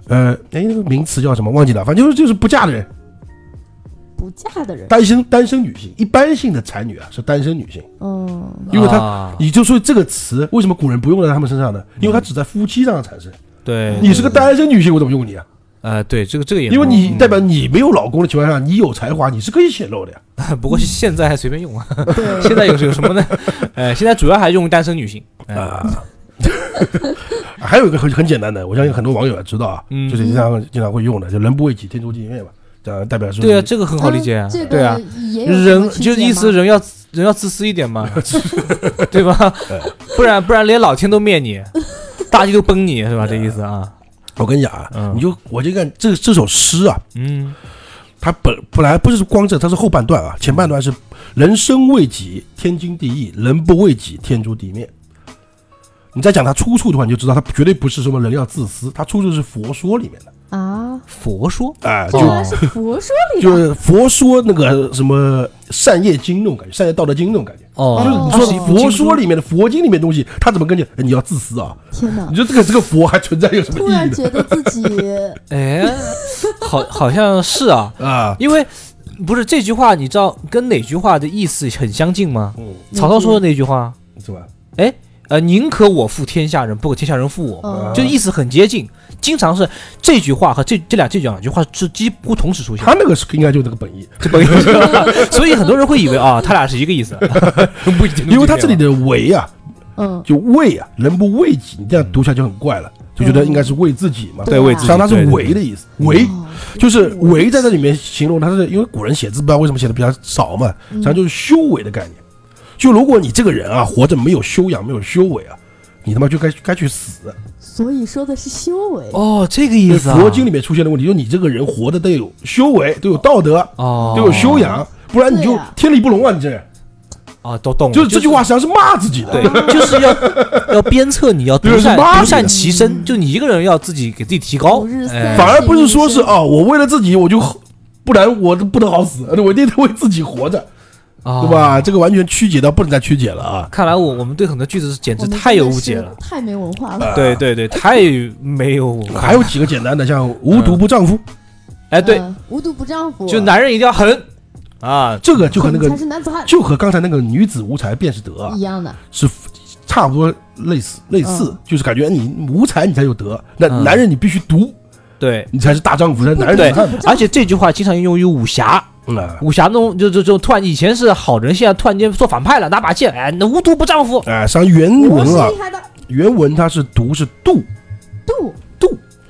呃，哎，那个名词叫什么？忘记了，反正就是就是不嫁的人，不嫁的人，单身单身女性，一般性的才女啊是单身女性，嗯，因为她啊嗯你就说这个词为什么古人不用在他们身上呢？因为它只在夫妻上产生。对，你是个单身女性，我怎么用你啊？呃，对这个这个也因为你嗯代表你没有老公的情况下，你有才华，你是可以显露的呀。不过现在还随便用啊，对，现在有有什么呢？呃，现在主要还用单身女性。啊， 还有一个很很简单的，我相信很多网友也知道啊，嗯就是经常经常会用的，就人不为己，天诛地灭嘛，这样代表说对啊，这个很好理解啊嗯。这对啊个，也有什人么区就是别意吗思，人要人要自私一点嘛， 对吧？不然不然连老天都灭你，大地都崩你是吧？这意思啊，我跟你讲啊，嗯你就我就看这这首诗啊，嗯，它本本来不是光这，它是后半段啊，前半段是人生为己，天经地义；人不为己，天诛地灭。你再讲他出处的话，你就知道他绝对不是什么人要自私，他出处是佛说里面的，啊，佛说哎、这就原来是佛说里就的，是佛说那个什么善业经那种感觉，善业道德经那种感觉。哦，就是哦你说佛说里面的佛经里面的东西，他怎么跟你？哎你要自私啊！天哪你！说这个这个佛还存在有什么突意然义觉得自 己哎，好，好像是啊，呢？啊，因为不是这句话，你知道跟哪句话的意思很相近吗？嗯，曹操说的那句话，是吧？呃，宁可我负天下人，不可天下人负我，嗯就意思很接近。经常是这句话和这这俩这两句话是几乎同时出现他，那个是应该就是那个本意，这本意思 所以很多人会以为 啊，他俩是一个意思，不一定因为他这里的为啊，嗯，就为啊，人不为己，你这样读起来就很怪了，就觉得应该是为自己嘛。对为自实际上己它是为的意思，为哦就是为在这里面形容它是因为古人写字不知道为什么写的比较少嘛，嗯实际上就是修为的概念。就如果你这个人啊活着没有修养，没有修为啊，你他妈就该该去死。啊所以说的是修为，哦，这个意思啊，佛经里面出现的问题，就是你这个人活的得有修为，得有道德，哦，得有修养，不然你对就啊天理不容啊！你这人啊，都懂了，就是这句话实际上是骂自己的。对， 就是要要鞭策你，要独对是善妈独逼善其身，就你一个人要自己给自己提高五日，三哎省反而不是说是哦，我为了自己我就不然我不得好死，我一定得为自己活着，对？啊吧？这个完全曲解到不能再曲解了啊！看来我我们对很多句子是简直我们太有真的误解是了，太没文化呃了。对对对，太没有文化还有几个简单的，像无毒不丈夫，哎对，嗯，无毒不丈夫，就男人一定要狠啊，这个就和那才个嗯是男子汉就和刚才那个女子无才便是德啊 一，样的，是差不多类似类似嗯，就是感觉你无才你才有德，那嗯男人你必须毒，对。你才是大丈夫，才是男对人好汉嘛。而且这句话经常应用于武侠，嗯啊武侠那种就就就突然以前是好人，现在突然间做反派了，拿把剑，哎，那无毒不丈夫，哎，像原我是文啊厉，害的原文它是毒是度，度，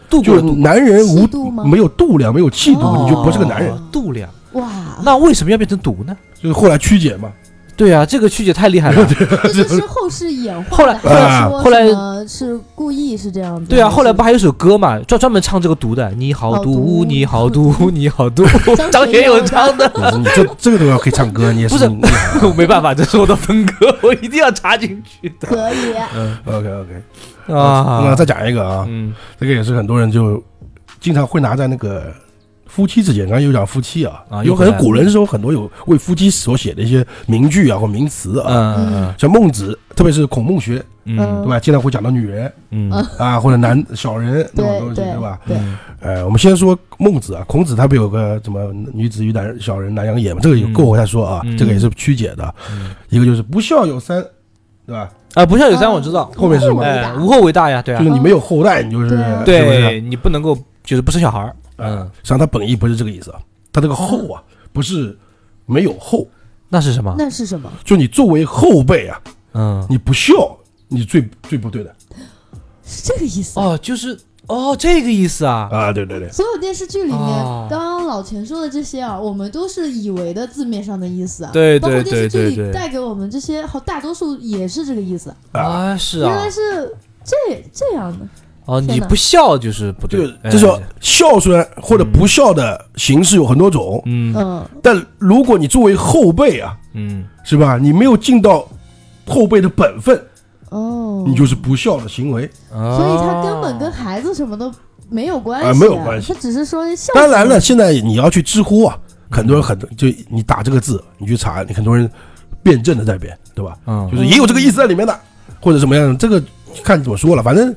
度就过是度男人无气度吗没有度量，没有气度，哦你就不是个男人。哦度量。哇，那为什么要变成毒呢？就是后来曲解嘛，对啊，这个曲解太厉害了。这就是后世演化后来啊的，还是说后来什么是故意是这样子？对啊，还是后来不还有首歌嘛，专专门唱这个毒的，你好好毒，毒你好 毒，你好毒，张张学学友友唱 的，你说你嗯这这个都要可以唱歌，你也不是我没办法，这是我的分歌，我一定要插进去的可以 OK OK 嗯那 啊。再讲一个啊，嗯，这个也是很多人就经常会拿在那个夫妻之间，刚才有讲夫妻啊，啊有又回很来多古人是有很多有为夫妻所写的一些名句啊或名词啊，嗯像孟子，特别是孔孟学，对嗯吧？经常会讲到女人嗯啊或者 男小人那种对东西，对对吧？对，嗯，呃，我们先说孟子啊，孔子他不有个什么女子与男小人难养也嘛，这个有够我再说啊，嗯这个也是曲解的，嗯一个就是不孝有三，对吧？啊，不孝有三我知道，后面是什么哎，无后为大呀，对啊就是，你没有后代，你就是对啊是不是？对你不能够就是不生小孩儿，嗯嗯，，实际上它本意不是这个意思啊，它这个后啊，不是没有后，那是什么？那是什么？就你作为后辈啊，嗯，你不孝，你最最不对的是这个意思。哦，就是哦，这个意思啊，啊！对对对，所有电视剧里面，哦刚刚老钱说的这些啊，我们都是以为的字面上的意思啊。对包对括电视对对剧对里带给我们这些，好，大多数也是这个意思。啊，啊是原啊来，是这这样的，哦，你天哪不孝就是不就对，哎这叫孝顺或者不孝的形式有很多种，嗯嗯，但如果你作为后辈啊，嗯是吧？你没有尽到后辈的本分，哦，你就是不孝的行为。哦所以他根本跟孩子什么都没有关系、啊没有关系他只是说孝。当然了，，现在你要去知乎啊，很多人很多就你打这个字，你去查，你很多人辩证的在辩，对吧？嗯就是也有这个意思在里面的，或者怎么样，这个看怎么说了。反正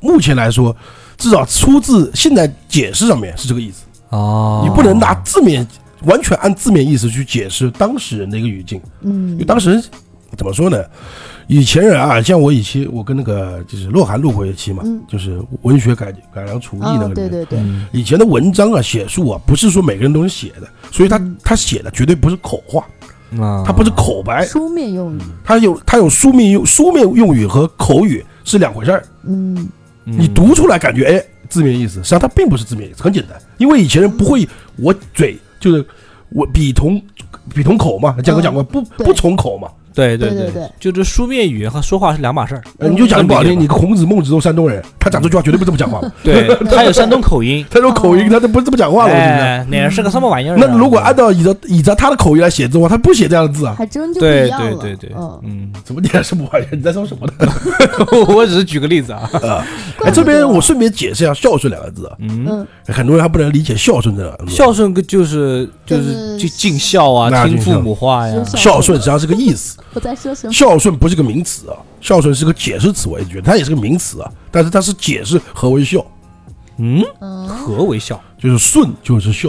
目前来说，至少出自现在解释上面是这个意思，哦，你不能拿字面完全按字面意思去解释当事人的一个语境，因嗯为，当事人怎么说呢？以前人啊，像我以前我跟那个就是洛涵录过一期嘛，嗯就是文学改改良刍议那啊个，里对面，对对，嗯以前的文章啊、写述啊，不是说每个人都能写的，所以他嗯他写的绝对不是口话，啊，他不是口白，书面用语，他有他有书面用书面用语和口语是两回事儿。嗯，嗯你读出来感觉哎字面意思，实际上它并不是字面意思，很简单，因为以前人不会，我嘴就是我笔同笔同口嘛，讲过嗯讲过，不对不从口嘛，对对对对对，就这书面语言和说话是两码事儿。哎你就讲这不好么理解听，吧你个孔子、孟子都山东人，他讲这句话绝对不这么讲话。 ，对， 他有山东口音他说口音，他都不是这么 讲话了。我觉得哎，哪是个什么玩意儿啊？那如果按照倚着倚着他的口音来写字的话，他不写这样的字啊。嗯还真就不一对样对了。对对，嗯，嗯， 怎么念什么玩意儿？你在说什么呢？我只是举个例子啊，哎，这边我顺便解释一下“孝顺”两个字啊，嗯，嗯，很多人还不能理解“孝顺”这两个字。孝顺个就是就就是是就尽孝啊，那听尽孝父母话呀，是孝顺实际上是个意思，我在说什么？孝顺不是个名词啊，孝顺是个解释词，我也觉得它也是个名词啊，但是它是解释何为孝，嗯，嗯何为孝？就是顺就是孝，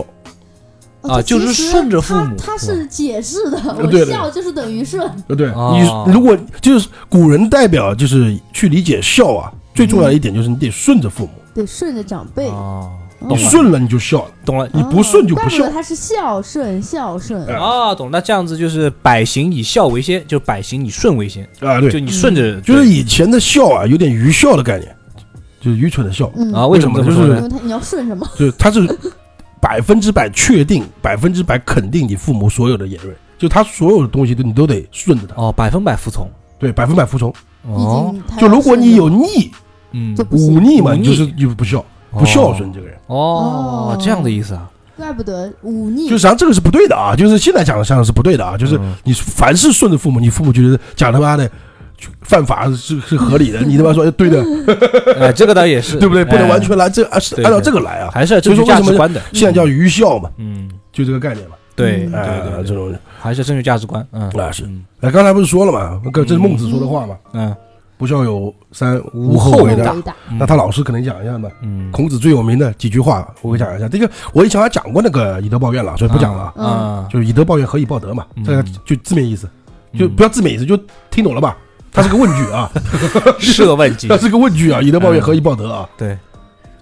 哦啊就是顺着父母他是解释的，对我啊对啊对笑就是等于顺。对不对？哦你如果就是古人代表就是去理解孝啊，最重要的一点就是你得顺着父母，得顺着长辈，哦，嗯你顺了你就孝了，懂了。啊你不顺就怪不不孝得。他是孝顺孝顺，哎啊，懂了。那这样子就是百行以孝为先，就百行以顺为先，啊，就对，你顺着，就是对以前的孝啊，有点愚孝的概念，就是愚蠢的孝，嗯啊，为什么这么说因呢？为他你要顺什么？就是他是百分之百确定、百分之百肯定你父母所有的言论，就他所有的东西都你都得顺着他，哦，百分百服从。对，百分百服从。哦毕，竟他要就如果你有顺着逆嗯就，不行忤逆嘛，忤逆你就是你不孝，不孝顺这个人，哦哦，这样的意思啊，怪不得忤逆就实际上这个是不对的啊，就是现在讲上是不对的啊，就是嗯你凡是顺着父母，你父母觉得讲他妈的。就犯法是是合理的，你他妈说 哎对的，嗯哎，这个倒也是，对不对？不能哎完全来这按对按照这个来啊，还是要所以追求说价为什值么观的，现在叫愚孝嘛，嗯，就这个概念嘛。对嗯对哎对，，这对种还是正确价值观，嗯，那是嗯哎，刚才不是说了嘛，那个这是孟子说的话嘛，嗯不孝有三，无无后嗯后后为为大大。大，那他老师肯定讲一下嘛。嗯孔子最有名的几句话，我给讲一下。这个我以前还讲过那个以德报怨了，所以不讲了啊。啊，就是以德报怨，何以报德嘛？嗯这个就字面意思，嗯就不要字面意思，就听懂了吧？它是个问句 啊，设问题它，是个问句啊。以德报怨，嗯何以报德啊？对，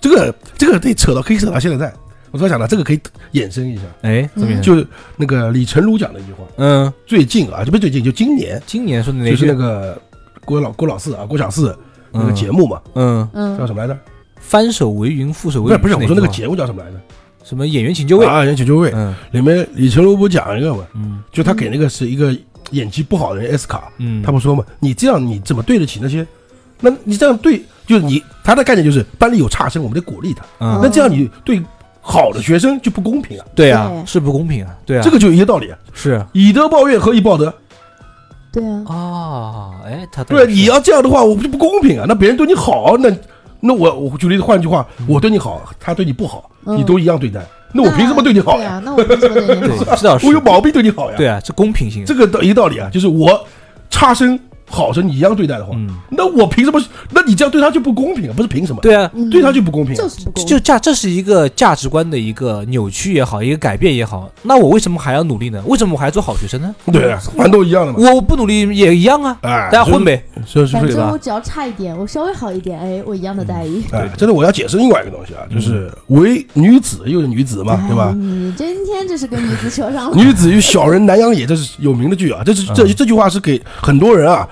这个这个得扯到可以扯到现在在。我突然想到，这个可以衍生一下，哎，怎么样？就是那个李成儒讲的一句话。嗯，最近啊，这不是最近，就今年，今年说的哪就是那句？个郭老郭老四啊，郭小四那个嗯节目嘛，嗯，嗯叫，什么来着？翻手为云，覆手不为是雨。不是，我说那哪句个话节目叫什么来着？什么演员请就位，啊，人请就位。嗯里面李成儒不讲一个嘛，嗯就他给那个是一个演技不好的人 S 卡，嗯，他不说嘛，你这样你怎么对得起那些？那你这样对，就是你他的概念就是班里有差生，我们得鼓励他。嗯那这样你对好的学生就不公平啊，对啊，对是不公平啊，对啊，这个就一个道理啊，是以德报怨，何以报德？对啊，啊，哎，他对，倒是你要这样的话，我就不公平啊。那别人对你好，那那我我举例，换句话，嗯我对你好，他对你不好，嗯你都一样对待，那我凭什么对你好对呀？啊，那我凭什么对你好？对，知道是我有毛 病对你好呀？对啊，这公平性，这个道一个道理啊，就是我差生好生你一样对待的话，嗯，那我凭什么？那你这样对他就不公平啊，不是凭什么？对啊，嗯对他就不公平啊。就是不公就价，这是一个价值观的一个扭曲也好，一个改变也好。那我为什么还要努力呢？为什么我还要做好学生呢？对啊，反正都一样的嘛。我不努力也一样啊，哎，嗯大家混呗。所以，是反不是？正我只要差一点，我稍微好一点，哎，我一样的待遇。哎，真的，我要解释另外一个东西啊，就是为女子又是女子嘛，嗯啊嗯对吧？哎你今天这是跟女子扯 上了，女子与小人难养也，这是有名的句啊。这是这嗯这句话是给很多人啊，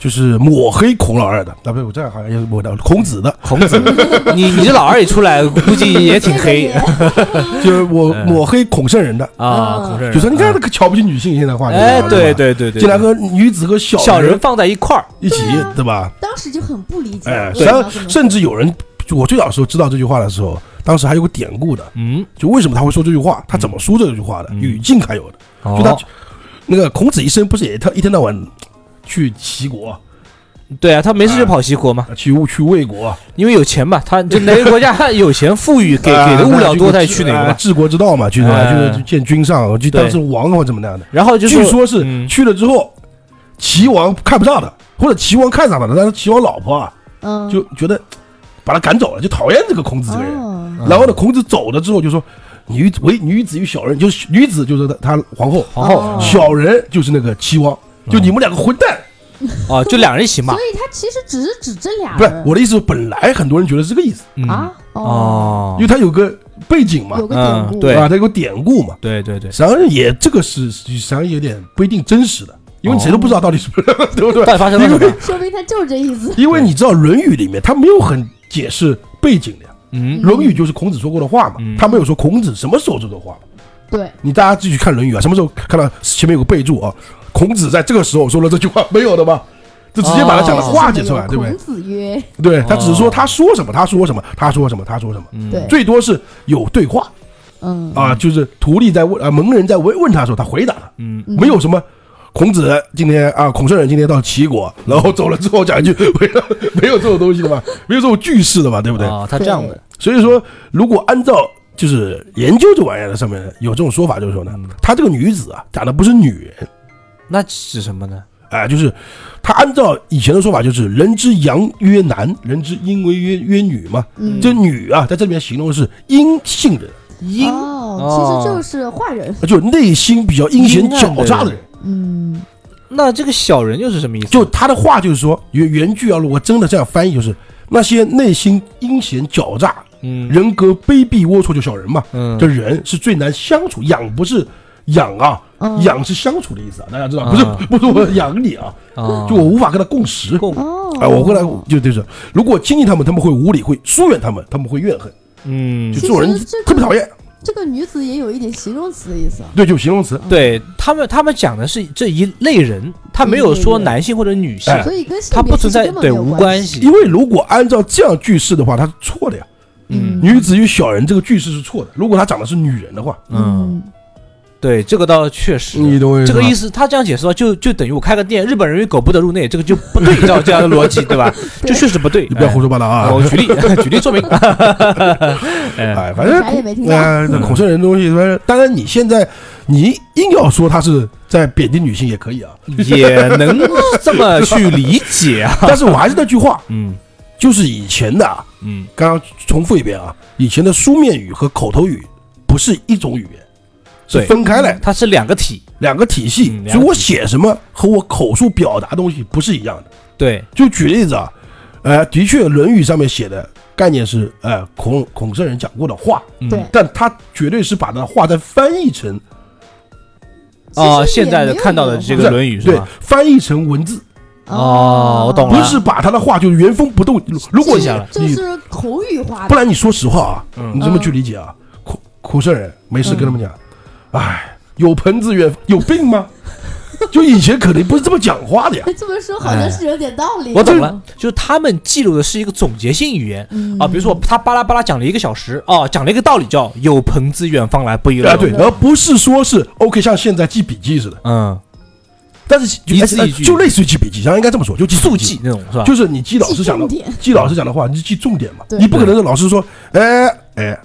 就是抹黑孔老二的。啊，不是，我这样好像也是抹掉孔子的，孔子，你你这老二一出来，估计也挺黑这个 也就是我嗯抹黑孔圣人的，啊。嗯孔圣人，就说你看，他瞧不起女性，现在话哎，就是对，对对对，竟然和女子和小小人人放在一块儿，一起对啊，对吧？ 当时就很不理解，哎，为实际啊什上么要这么甚至有人，就我最早时候知道这句话的时候，当时还有个典故的，嗯，就为什么他会说这句话，他怎么说这句话的，嗯语境还有的。哦就他那个孔子一生不是也他一天到晚去齐国、对啊，他没事就跑齐国嘛，去吴去魏国，啊因为有钱嘛，他就哪个国家有钱富裕，给 啊给的物料多，他就治去哪个啊嘛。治国之道嘛，去什么哎就是去见君上，去对当是王或怎么样的。然后就据说是嗯去了之后，齐王看不上他，或者齐王看上他了，但是齐王老婆啊嗯，就觉得把他赶走了，就讨厌这个孔子这个人。哦，嗯然后呢，孔子走了之后就说：“女子为女子与小人，就是女子就是他皇后，皇后嗯哦小人就是那个齐王，就你们两个混蛋。哦，就两人一起嘛所，以他其实只是指这俩不是人，我的意思，本来很多人觉得是这个意思，嗯啊，哦因为，他有个背景嘛有，个典故，嗯对啊，他有个典故嘛，对对对，实际上也这个是实际上有点不一定真实的，因为你谁都不知道到底是 不是，对不对到？底发生了什因为么？说不定他就是这意思。因为你知道《论语》里面他没有很解释背景的呀，嗯《论语》就是孔子说过的话嘛嗯，他没有说孔子什么时候说的话嘛，对，你大家继续看《论语》啊，什么时候看到前面有个备注啊？孔子在这个时候说了这句话，没有的吗？就直接把他讲的哦啊化解出来，对不对孔？子哦曰，对他只是说他说什么，他说什么，他说什么，他说什么，嗯对最多是有对话嗯，啊，就是徒弟在问啊，蒙人在问问他的时候，他回答他，嗯，嗯没有什么。孔子今天啊，孔圣人今天到齐国，然后走了之后讲一句，没有 没有这种东西的嘛，没有这种句式的嘛，对不对？啊，他这样的，所以说，如果按照就是研究这玩意儿的上面有这种说法，就是说呢，她这个女子啊，讲的不是女人，嗯那是什么呢？啊、就是他按照以前的说法，就是人之阳曰男，人之阴为曰曰女嘛。嗯这女啊，在这里面形容的是阴性人，阴哦，其实就是坏人，就内心比较阴险狡诈的人。嗯，那这个小人又是什么意思？就他的话就是说，原原句啊，如果真的这样翻译，就是那些内心阴险狡诈、嗯人格卑鄙龌龊就小人嘛。嗯这人是最难相处，养不是养啊，嗯养是相处的意思啊，大家知道，啊不是不是我养你啊，啊，就我无法跟他共识。共哦，啊，我后来就就是，如果亲近他们，他们会无理，会疏远他们，他们会怨恨，嗯就做人其实这个特别讨厌。这个女子也有一点形容词的意思啊，对，就形容词，对他们，他们讲的是这一类人，他没有说男性或者女性，哎嗯所以跟性他别不存其实在根本对没有无关关，系因。为如果按照这样句式的话，它是错的呀。嗯女子与小人这个句式是错的。如果他讲的是女人的话，嗯，对，这个倒确实。懂我这个意思？思，他这样解释的话，就就等于我开个店，日本人与狗不得入内，这个就不对，照这样的逻辑， 对吧？就确实不对。你不要哎胡说八道啊！我举例 举例说 明。哎，哎，反正嗯啥也没听到，呃哎，那孔圣人的东西，反正当然你现在你硬要说他是在贬低女性也可 以啊，也能这么去理解 啊。但是我还是那句话，嗯就是以前的啊，嗯，刚刚重复一遍啊，以前的书面语和口头语不是一种语言，是对分开来的哎它是两个体，两个体系嗯，两个体系所以我写什么和我口述表达东西不是一样的。对，就举例子啊，呃，的确，《论语》上面写的概念是，呃，孔孔圣人讲过的话，嗯对但他绝对是把那话再翻译成，其实哦，也现在的没有啊看到的文化这个《论语》是对吧？，翻译成文字，哦我懂了不是把他的话就原封不动。如果记你下来这是口语化不的，然，你说实话啊，嗯你这么去理解啊，孔孔圣人没事嗯跟他们讲，哎，有朋自远，有病吗？ 就以前肯定不是这么讲话的呀。哎这么说好像是有点道理。哎我懂了，就是他们记录的是一个总结性语言嗯啊，比如说他巴拉巴拉讲了一个小时，哦，讲了一个道理叫“有朋自远方来，不亦啊，乐乎对，然后不是说是 OK，像现在记笔记似的”，，嗯，但是就一字哎一句就类似于记笔记，像应该这么说，就记笔记速记，那种是吧？就是你记老师讲的记重点，记老师讲的话，你就记重点嘛，对你不可能是老师说，哎 哎，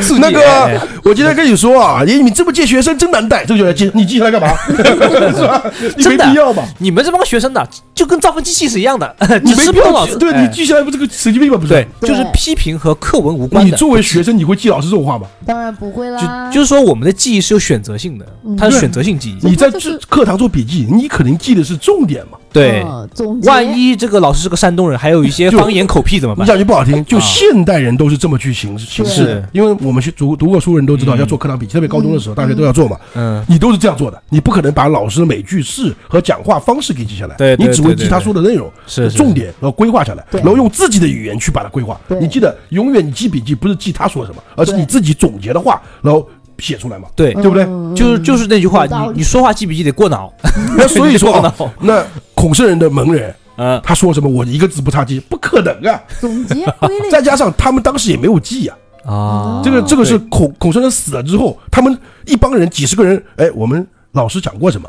速记那哎个哎我今天跟你说啊，你你这么借学生真难带，这个就来记，你记它干嘛？ 是吧？你没真的必要吧？你们这帮学生呢，就跟造粪机器是一样的， 你只没是必不懂老要师记，。对哎你记下来不这个神经病吗？不是对，，就是对批评和课文无关你的。作为学生，你会记老师这种话吗？当然不会啦，就就是说，我们的记忆是有选择性的，嗯它是对选择性记忆。你在就是课堂做笔记，你肯定记的是重点嘛。对，嗯总结万一这个老师是个山东人，还有一些就方言口癖怎么你办？讲句不好听，就啊现代人都是这么去形形式是的，因为我们去读读过书人都知道嗯要做课堂笔记，特别高中的时候、大学都要做嘛，嗯，你都是这样做的，你不可能把老师的每句式和讲话方式给记下来，对对你只会对对记他说的内容、是是重点，然后规划下来，对然后用自己的语言去把它规划对。你记得，永远你记笔记不是记他说什么，而是对你自己总结的话，然后写出来嘛。对，嗯对不对嗯就是就是那句话，有道理你你说话记笔记得过脑， 那所以说过啊，脑，那孔圣人的门人嗯，他说什么，我一个字不差记，不可能啊！总结归类再加上他们当时也没有记啊。哦啊，这个这个是对孔孔圣人死了之后，他们一帮人几十个人，哎，我们老师讲过什么？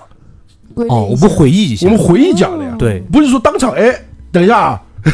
归类哦，我们回忆一下我，们回忆讲的呀，对，不是说当场哎，等一下啊，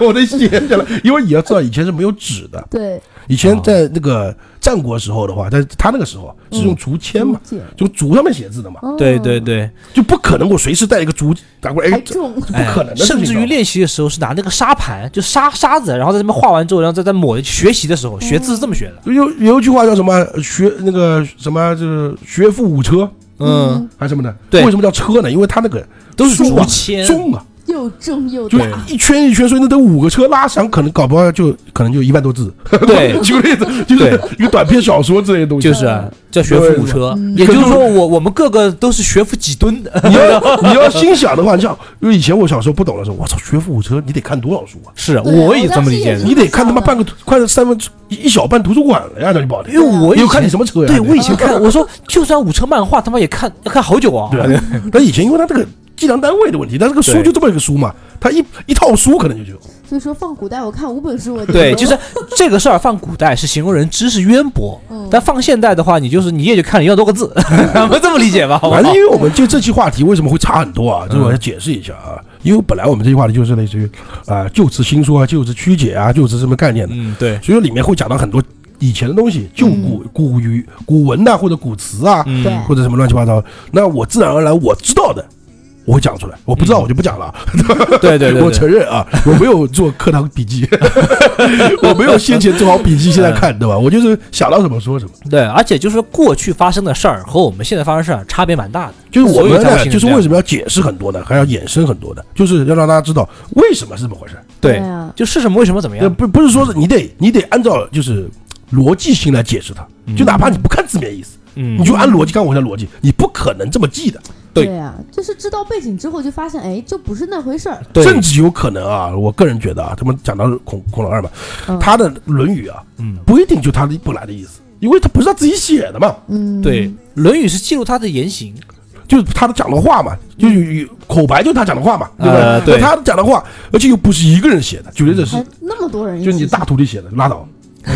我得写下来，因为你要知道以前是没有纸的，对以前在那个战国时候的话，在他那个时候啊是用竹签嘛，总结就竹上面写字的嘛，哦对对对，就不可能我随时带一个竹打过来，还哎，这重不可能的哎事情啊甚至于练习的时候是拿那个沙盘，就沙沙子，然后在那边画完之后，然后再再抹。学习的时候学字是这么学的，有有一句话叫什么学那个什么就是学富五车嗯，还是什么的，对为什么叫车呢？因为他那个都是重竹啊签，重啊，又重又就大，一圈一圈，所以那得五个车拉长，可能搞不好就可能就一万多字。 对举个例子，就是一个短篇小说之类的东西。就是啊，叫学富五车，嗯也就是说我我们个个都是学富几吨 的，你要你要心想的话，你像因为以前我小时候不懂的时候，我操，学富五车你得看多少书啊？是对啊我也这么理解我当时也的是。你得看他妈半个快三分一小半图书馆了呀，让你保的。因为我你以有看你前什么车呀？对你我以 前看，我说就算五车漫画，他妈也看要看好久啊。对啊，但以前因为它这个计量单位的问题，它这个书对就这么一个书嘛，它一一套书可能就就所以说放古代我看五本书我都对，有就是这个事儿放古代是形容人知识渊博，嗯但放现代的话，你就是你也就看了一万多个字， 咱们这么理解吧？好嗯不好反正因为我们就这期话题为什么会差很多啊？这我要解释一下啊，因为本来我们这期话题就是类似于啊旧词新说啊、旧词曲解啊、旧词什么概念的，嗯，对，所以里面会讲到很多以前的东西，旧古古语、古文呐、或者古词啊，嗯对或者什么乱七八糟。那我自然而然我知道的。我会讲出来，我嗯不知道我就不讲了。对对对 我对，承 认啊，我没有做课堂笔记， 我没有先前做好笔记，现在嗯看，对吧？我就是想到什么说什么。对，而且就是过去发生的事儿和我们现在发生的事儿差别蛮大的。就是我所以们才呢，会就是这样为什么要解释很多呢？还要衍生很多的，就是要让大家知道为什么是这么回事。对，啊，就是什么为什么怎么呃样？不不是说是你得你得按照就是逻辑性来解释它，就哪怕你不看字面意思，嗯你就按逻辑看我的逻辑，你不可能这么记的，对对啊，就是知道背景之后就发现，哎，这不是那回事儿。对，甚至有可能啊，我个人觉得啊，他们讲到孔孔老二嘛，嗯他的《论语》啊，嗯不一定就他的本来的意思，因为他不是他自己写的嘛，嗯，对，《论语》是记录他的言行，就是他的讲的话嘛，就有有口白就是他讲的话嘛，对吧？嗯呃，嗯对嗯那，他讲的话，而且又不是一个人写的，举例子是还那么多人一起就去，你大徒弟写的，拉倒，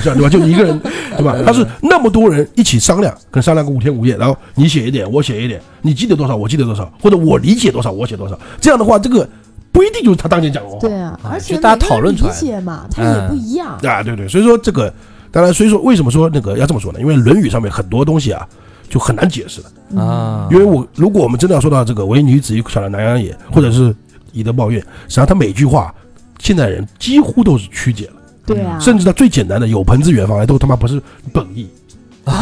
这样对吧？就你一 个人，对吧？他是那么多人一起商量，可能商量个五天五夜，然后你写一点，我写一点，你记得多少，我记得多少，或者我理解多少，我写多少。这样的话，这个不一定就是他当年讲的话。对啊，啊而且就大家每个讨论人出来理解嘛，它也嗯不一样。啊，对对，所以说这个，当然，所以说为什么说那个要这么说呢？因为《论语》上面很多东西啊。就很难解释的，嗯啊，因为我如果我们真的要说到这个“唯女子与小男人也”，或者是“以德报怨”，实际上他每句话，现代人几乎都是曲解了，对嗯啊，甚至他最简单的“有朋自远方来”哎都他妈不是本意，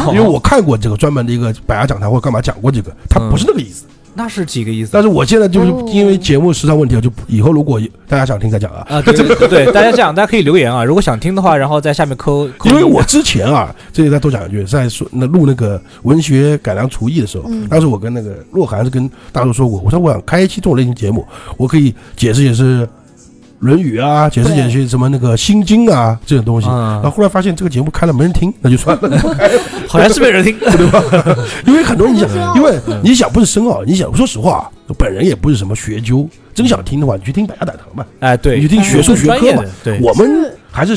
因为我看过这个专门的一个百家讲坛或者干嘛讲过这个，他不是那个意思。那是几个意思但是我现在就是嗯哦因为节目时长问题啊，就以后如果大家想听再讲啊。啊？对 对对，大家这样，大家可以留言啊，如果想听的话，然后在下面扣。扣因为我之前啊，这里再多讲一句，在说那录那个文学改良厨艺的时候，嗯当时我跟那个洛涵是跟大叔说过，我说我想开一期这种类型节目，我可以解释解释《论语》啊，解释对解释什么那个《心经》啊这种东西。然后啊，后来发现这个节目开了没人听，那就算了，好像是没人 听，因为很多人你想不哎知道因为你想不是深奥，你想说实话，我本人也不是什么学究，真想听的话，你去听百家讲堂嘛，哎，对，哎你去听学术学专科业嘛的。，对，我们是还是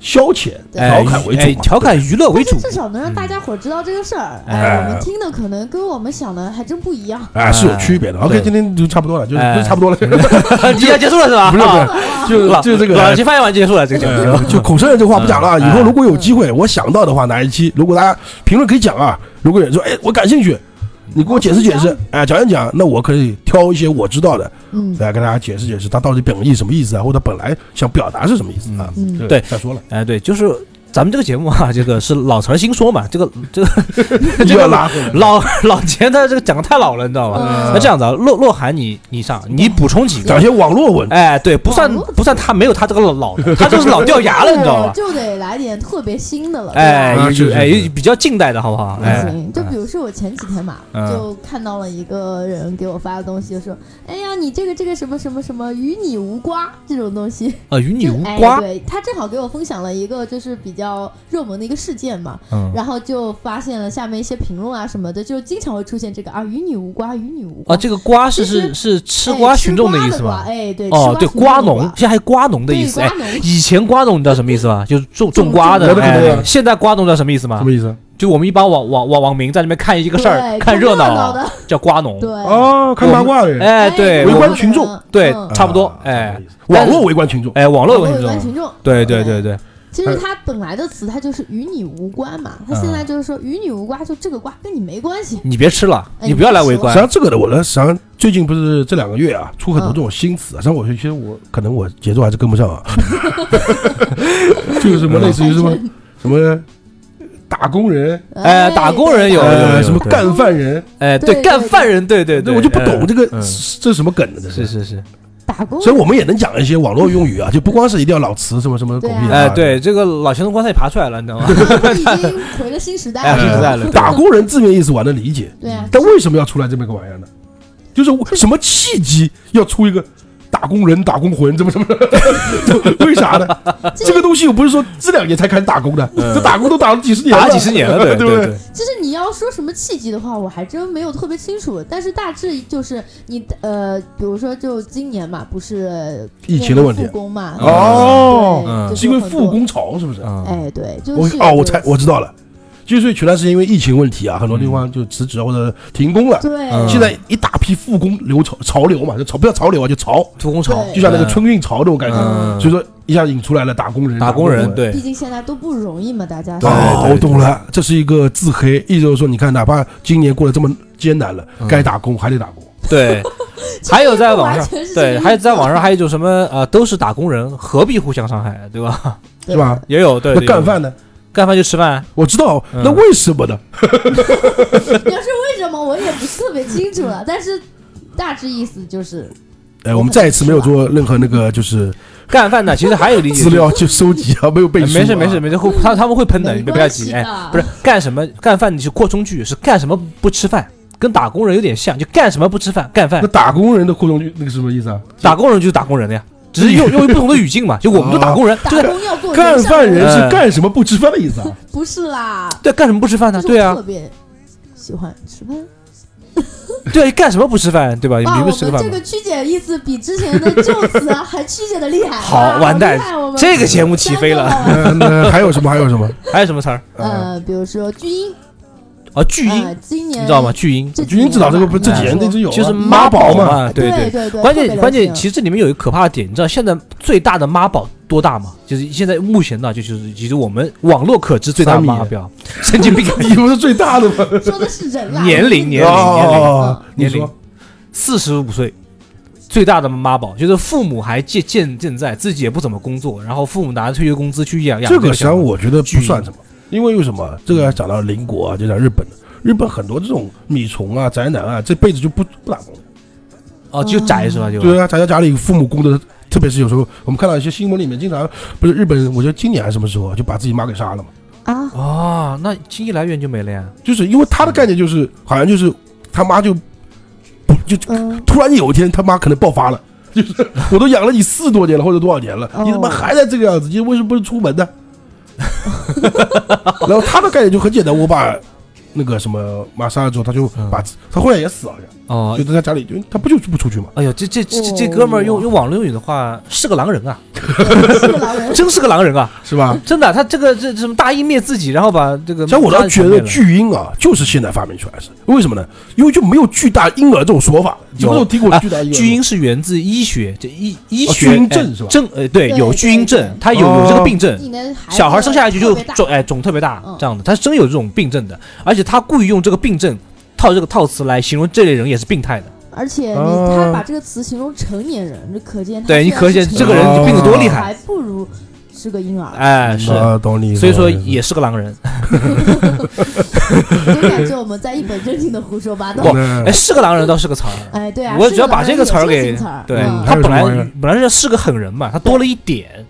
消遣哎调侃为哎主嘛，调侃娱乐为但是 主， 至少能让大家伙儿知道这个事儿。哎我们听的可能跟我们想的还真不一样。啊是有区别的。OK，对今天就差不多了，就是哎不是差 不多了，你要结束了是吧？不是啊不是，就老就这老个。先发言完结束了这个节目。就口圣人这话不讲了啊，嗯以后如果有机会，我想到的话，哪一期如果大家评论可以讲啊，如果有人说哎我感兴趣，你给我解释解嗯释，哎讲一讲，那我可以挑一些我知道的嗯来跟大家解释解释，它到底本意什么意思啊，或者本来想表达是什么意思啊？嗯这个对再说了。哎，对，就是咱们这个节目啊， 这个是老词儿新说嘛，这个这 个 这又个要 拉回来。老 老钱他这个讲的太老了，你知道吧？嗯那这样子啊，洛洛涵你你上，你补充几找个。些网络文，哎，对，不算网络不算他没有他这个老老的，他就是老掉牙了，你知道吧？就得来点特别新的了。哎 对吧嗯啊，是有是哎，是有比较近代的好不好？不哎，行，就比如说我前几天嘛，嗯就看到了一个人给我发的东西，就说：“哎呀，你这个这个什么什么什么与你无瓜这种东西，呃，与你就无哎瓜，对他正好给我分享了一个就是比较热门的一个事件嘛，嗯，然后就发现了下面一些评论啊什么的，就经常会出现这个啊与你无瓜，与你无瓜。啊，这个瓜是就是是是吃哎瓜群众的的意思瓜吧？哎，对，哦，对，吃瓜群众农，的现在还有瓜农的对意思。瓜哎，农以前瓜农你知道什么意思吧？就是种种瓜的种。瓜的哎，现在瓜农知道什么意思什吗么？意思？就我们一帮网网网网民在那边看一个事儿，对 看热闹闹啊，的，叫瓜农。对，哦，看八卦的人，哎，对，围我观们群众对嗯差不多啊哎，网络围观群众，哎，网络网络文围群众，观嗯群众，对对对对，其实它本来的词，它就是与你无关嘛。嗯它现在就是说与你无瓜，就这个瓜跟你没关系。你别吃了，哎你不要来围观实际。上，这个的我呢，实际上最近不是这两个月嗯啊，出很多这种新词啊。实际上，我其实我可能我节奏还是跟 不上啊。就是什么类似于什么什么打工人，哎打工人有有有呃，有什么对干饭人，哎，对对干对犯人，对对那对，我就不哎懂这个嗯这是什么梗呢？这 是是是，打工所以我们也能讲一些网络用语啊，就不光是一定要老词什么什么狗屁的。哎，，对，这个老乾隆棺材也爬出来了，你知道 吗？已经回了新时代哎，新时代了。了，对打工人字面意思我还能理解，对啊，但为什么要出来这么个玩意儿呢？就是我什么契机要出一个打工人、打工魂，怎么怎 么？为啥呢？这个东西又不是说这两年才开始打工的，这打工都打了几十年了，嗯打几十年了，对对不对对，其实你要说什么契机的话，我还真没有特别清楚。但是大致就是你呃，比如说就今年嘛，不是疫情的问题复工嘛？哦嗯对就是因为很复多。工潮是不是？嗯，哎，对，就我是哦，我才猜我知道了，就是全来是因为疫情问题啊，很多地方就辞职或者停工了。对，嗯现在一大批复工流潮潮流嘛，就潮不要潮流啊，就潮，出工潮，对就像那个春运潮那种感觉。嗯所以说一下引出来了打工人，打工人，对。对 毕，竟现在都不容易嘛，大家对哦，对我懂了，这是一个自黑，意思就是说，你看，哪怕今年过得这么艰难了，嗯该打工还得打工。对，还有在网上完全是，这个意对，思还有在网上，还有一种什么呃，都是打工人，何必互相伤害，对吧？是吧？也有对那，对干，饭呢？有干饭就吃饭，我知道，嗯那为什么呢？要是为什么我也不是特别清楚了， 但是大致意思就是，哎，我们再一次没有做任何那个就是干饭呢，其实还有理解资料去收集 啊，没有背哎书啊。没事没事没事，会他他们会喷的，没你不要关系急，的哎，不是干什么干饭，你是扩充句，是干什么不吃饭，跟打工人有点像，就干什么不吃饭，干饭那，打工人的扩充句那个是什么意思啊？打工人就是打工人的呀，只是用用于不同的语境嘛，就我们都打工人，打就是工要做干上饭人人，是干什么不吃饭的意思 啊？不是啦，对干什么不吃饭呢？就是对我啊特，别喜欢吃饭。对干什么不吃饭，对吧？你哇，们我不吃个们饭这吗个？曲解意思比之前的旧 词啊还曲解的厉害。好哇完蛋好厉害我们这个节目起飞了真的好玩呃那还有什么？还有 什么？还有什么词儿？ 呃，比如说巨婴，啊，巨婴，呃今你年知道吗？？巨婴。这军知道这个不，这几年年一直有啊，哎就是妈宝宝嘛。嘛，对对。对对，关特键别关键，流行其实里面有一个可怕的点，你知道现在最大的妈宝多大吗？就是现在目前呢，就就是其实我们网络可知最大的妈宝， 神经病， 啊你不是最大的吗？说的是人啦，年龄年龄哦年你龄说四十五岁，最大的妈宝就是父母还健健健在，自己也不怎么工作，然后父母拿着退休工资去养养这个个实际上我觉得巨不算什么，因为为什么？这个要讲到邻国啊，就讲日本的，日本很多这种米虫啊、宅男啊，这辈子就不不打工了。哦，就宅是吧？就对啊，宅在家里，父母工作，特别是有时候我们看到一些新闻里面，经常不是日本，我觉得今年还是什么时候啊就把自己妈给杀了嘛，啊，哦，那经济来源就没了呀。就是因为他的概念就是好像就是他妈就不就嗯，突然有一天他妈可能 爆发了。就是我都养了你四十多年了，或者多少年了，哦你他妈还在这个样子，你为什么不出门呢？然后他的概念就很简单，我把那个什么妈杀了之后，他就把、他后来也死了，好像嗯哦就，在他家里，就他不就是不出去吗？哎呦，这这这这这哥们儿用用网络用语的话是个狼人啊，是个老人。真是个狼人啊！是吧？真的，他这个这什么大义灭自己，然后把这个像我倒家觉全灭得了巨婴啊，就是现在发明出来是为什么呢？因为就没有巨大婴儿这种说法，有没有听过巨大婴啊儿？巨婴是源自医学，这医医哦学巨婴哎症是吧症呃对，对有对巨婴症哦对，他有有这个病症。你的孩子小孩生下来就就特别大肿哎肿特别大嗯这样的，他是真有这种病症的，而且他故意用这个病症套这个套词来形容这类人也是病态的。而且你哦他把这个词形容成年人，这可见他嗯对你虽然可是见成这个年人哦病得多厉还害，不如是个婴儿。哎是，啊，懂你意思。所以说懂你意思也是个狼人。总感觉我们在一本正经的胡说八 道不。那哎，是个狼人倒是个词儿，哎，对啊，我是只要个把狼这人个也词儿是个给新词儿对嗯还他本有什么来玩意儿本来是是个狠人嘛，他多了一点。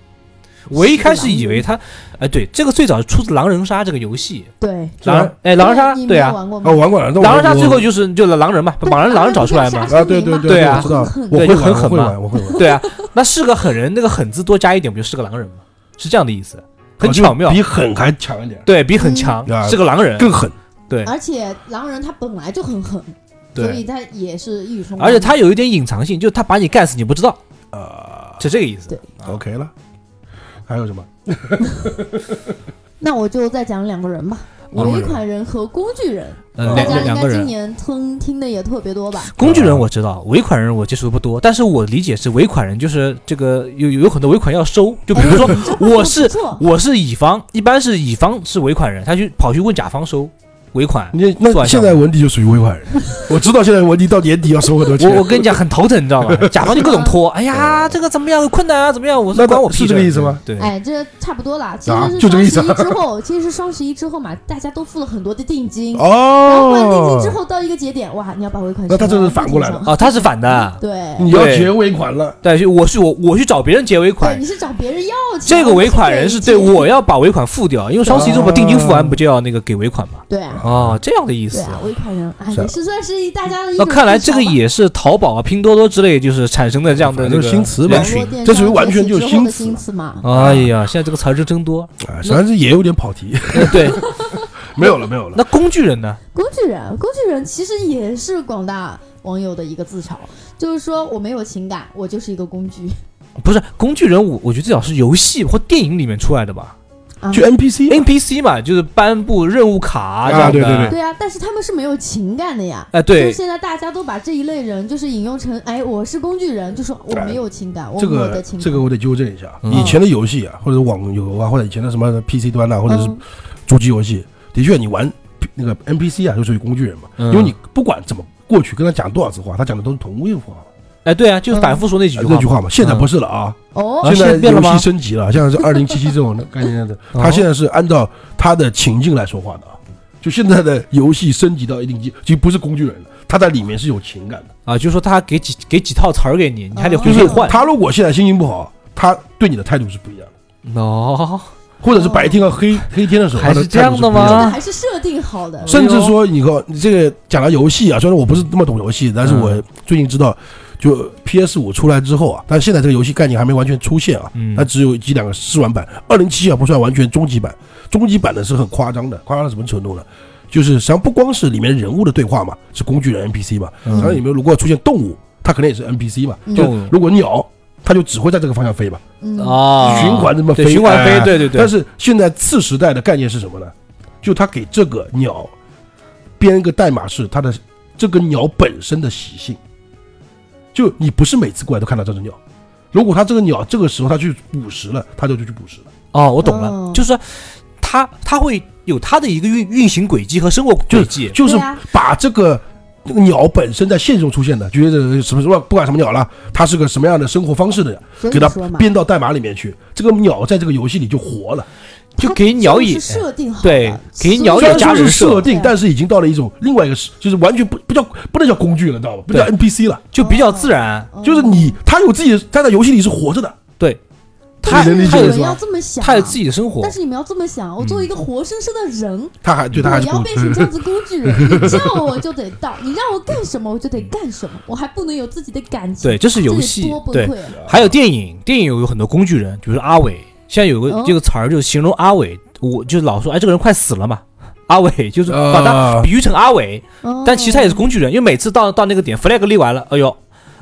我一开始以为他，哎，对，这个最早是出自《狼人杀》这个游戏，对，狼哎狼人杀你没对有啊，玩过啊，吗？我玩过了。那我狼人杀最后我就是就是狼人嘛，把狼人狼人找出来嘛杀，啊，对对对对对啊我知道，我对会就玩，很我狠会嘛玩，我会 玩。对啊，那是个狠人，那个狠字多加一点不就是个狼人吗？是这样的意思，很啊就巧妙，比狠还强一点，对比很强嗯，是个狼人，更狠。对而且狼人他本来就很狠，所对，以他也是一语双关。而且他有一点隐藏性，就是他把你干死你不知道，啊是这个意思对。 ，OK 了。还有什么？那我就再讲两个人吧，狼人尾款人和工具人，呃啊大嗯两家个应两该个今人，年听听的也特别多吧？工具 人我知道，尾款人我接触的不啊嗯多，但是我理解是尾款人就是这个有有很多尾款要收，就比如说 我哎不是错我是乙方，一般是乙方是尾款人，他去跑去问甲方收，尾款。你那算现上在文迪就属于 尾款人，我知道现在文迪到年底要收很多钱。我我跟你讲很头疼，你知道 吗？甲方就各种拖，哎呀，这个怎么样，困难啊，怎么样？我那说关我是屁事，这个意思吗？对，哎，这差不多啦。其啊实就这个意是思双十一之后，其实是双十一之后嘛，大家都付了很多的定哦金，然后付完定金之哦，后到一个节点，哇，你要把尾款那他全部这是反过来还上哦，他是反的，对，你要对结尾款了，对，就我是我我去找别人结尾对，款，你是找别人要钱，这个尾款人是对对我要把尾款付掉，因为双十一之后把定金付完，不就要那个给尾款吗？对啊，哦，这样的意思。对啊，尾款人哎，是也是算是一大家的一那种看来这个思潮吧也是淘宝啊、拼多多之类，就是产生的这样的这反个正新词吧人网络群。电商这属于完全就是崛起之后的新词新词嘛。哎呀，现在这个词是真 多。啊，虽然是也有点跑题，呃对，没有了，没有了。那工具人呢？工具人，工具人其实也是广大网友的一个自嘲，就是说我没有情感，我就是一个工具。不是工具人，我我觉得最早是游戏或电影里面出来的吧啊就 NPC， ，NPC 嘛，就是颁布任务卡这啊样对的。对对啊，但是他们是没有情感的呀。哎，就是对，现在大家都把这一类人就是引用成，哎，我是工具人，就说我没有情感，我这没有的个情感。这个我得纠正一下，嗯以前的游戏啊，或者网游啊，或者以前的什么 PC 端啊，或者是嗯主机游戏，的确你玩那个 NPC 啊，就属于工具人嘛，嗯因为你不管怎么过去跟他讲多少次话，他讲的都是同一话，哎对啊，就是反复说那几句话嗯那嘛。句话嘛。现在不是了啊，哦啊，现现在在变了游吗戏升级了，像是二零七七这种的概念的， 哦他现在是按照他的情境来说话的啊。就现在的游戏升级到一定级，就不是工具人了，他在里面是有情感的。啊，就是说他给几给几套词儿给你，你还得哦回就去是换。他如果现在心情不好，他对你的态度是不一样的。哦，或者是白天和黑、黑天的时候，还是他的态度这样的不一吗的那还是设定好哎的。甚至说，你看你这个讲到游戏啊，虽然我不是那么懂游戏，但是嗯我最近知道，就 PS 五出来之后啊，但是现在这个游戏概念还没完全出现啊，嗯它只有几两个试玩版，二零七啊不算完全终极版，终极版呢是很夸张的，夸张到什么程度呢？就是实际上不光是里面人物的对话嘛，是工具人 NPC 嘛，嗯然后里面如果出现动物，它可能也是 NPC 嘛，嗯就如果鸟，它就只会在这个方向飞嘛，嗯，啊，循环这么对飞循环哎飞，对对对。但是现在次时代的概念是什么呢？就他给这个鸟编一个代码，是它的这个鸟本身的习性。就你不是每次过来都看到这只鸟，如果它这个鸟这个时候它去捕食了，它就去捕食了。哦，我懂了，哦就是说它它会有它的一个运运行轨迹和生活轨迹。就是对啊把这个这个鸟本身在现实中出现的，觉得什么什么不管什么鸟了，它是个什么样的生活方式的，所以给它说嘛，编到代码里面去，这个鸟在这个游戏里就活了。就它给鸟就是也设定好的，对给鸟所以也虽然加哦说人是设设定，但是已经到了一种另外一个是，就是完全不不叫不能叫工具了，知道吧？不叫对 NPC 了，就比较自然。哦就是你他有自己的，他在游戏里是活着的，对，但它是你能理它解你有们要这么想，啊它有自己的嗯生活但。是你们要这么想，我作为一个活生生的人，他还对他我还是要工变哦具成这。样子工 具人，你叫我就得到，你让我干什么我就得干什么，我还不能有自己的感情，对，这是这游得戏多。崩对，溃啊！还有电影，电影有很多工具人，比如说阿伟。现在有个哦这个词儿，就是形容阿伟，我就老说，哎，这个人快死了嘛。阿伟就是把他啊比喻成阿伟，哦但其实他也是工具人，因为每次到到那个点，flag 立完了，哎呦，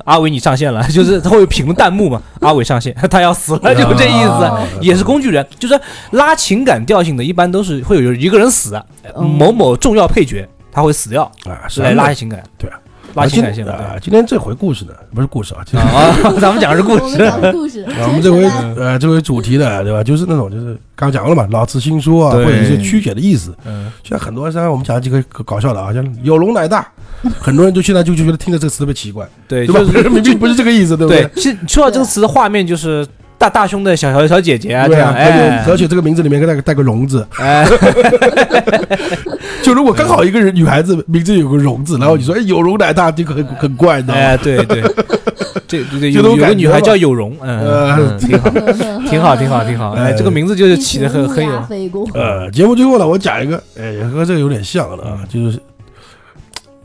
阿伟你上线了， 就是他会有屏幕弹幕嘛，阿伟上线， 他要死了，就这意思。啊也是工具人，就是拉情感调性的，一般都是会有一个人死，嗯某某重要配角他会死掉，啊，是是来拉一下情感，对啊，拉情感今线嘛。啊，今天这回故事呢，不是故事啊，今对天啊， 咱们讲的是故哦我们事，讲的故 事， 啊我们这回全是在呃这回主题呢，对吧？就是那种就是刚刚讲了嘛，老词新说啊，或对者一些曲解的意思。嗯，现在很多像我们讲几个搞笑的啊，像有龙 乃大，很多人就现在就就觉得听着这个词特别奇怪，对，对吧就？是明明不是这个意思，对不对。其实说到这个词的画面，就是大大胸的小小小姐姐啊，这对样，啊，而哎且，而且这个名字里面带个带个龙字，哎， 就如果刚好一个人女孩子名字有个容字，然后你说哎有容乃大，这个很很怪，你知道 吗？嗯哎，对对，这对对就有那有种感个觉女孩吧呃叫有容，嗯，嗯挺好，挺好，挺好，挺 好，哎，哎这个名字就是起的很很一群乌有鸦，飞过，呃，节目最后呢，我讲一个，哎，也和这个有点像的嗯啊，就是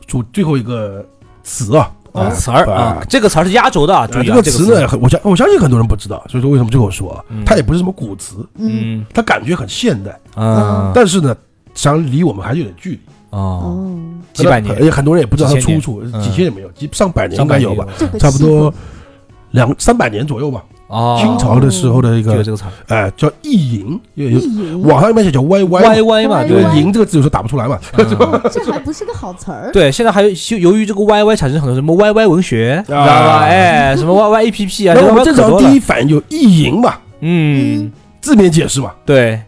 主最后一个词啊，啊词儿啊啊，这个词儿是压轴的啊，啊注意这啊，个这个词呢，，很我相我相信很多人不知道，所以说为什么最后说啊嗯，它也不是什么古词，嗯，嗯它感觉很现代，啊但是呢，实际上离我们还有点距离，哦。哦，几百年而，且很多人也不知道它几千出年处，嗯几千年没有，几上百年上应该百有吧年，这个差不气氛多两三百年左右吧，哦，清朝的时候的一就有个这个词儿哎，叫意淫，有有意淫，网上一般写叫歪歪歪，歪嘛，歪因为对吧歪淫这个字有时候打不出来嘛。嗯 这还不是个好词儿，对，现在还有就由于这个 YY 产生很多什么 YY 文学，知道吧？哎，什么 YY APP 啊，那这我们 YY 正可常多第了一。反应就意淫嘛，嗯，字面解释嘛，对，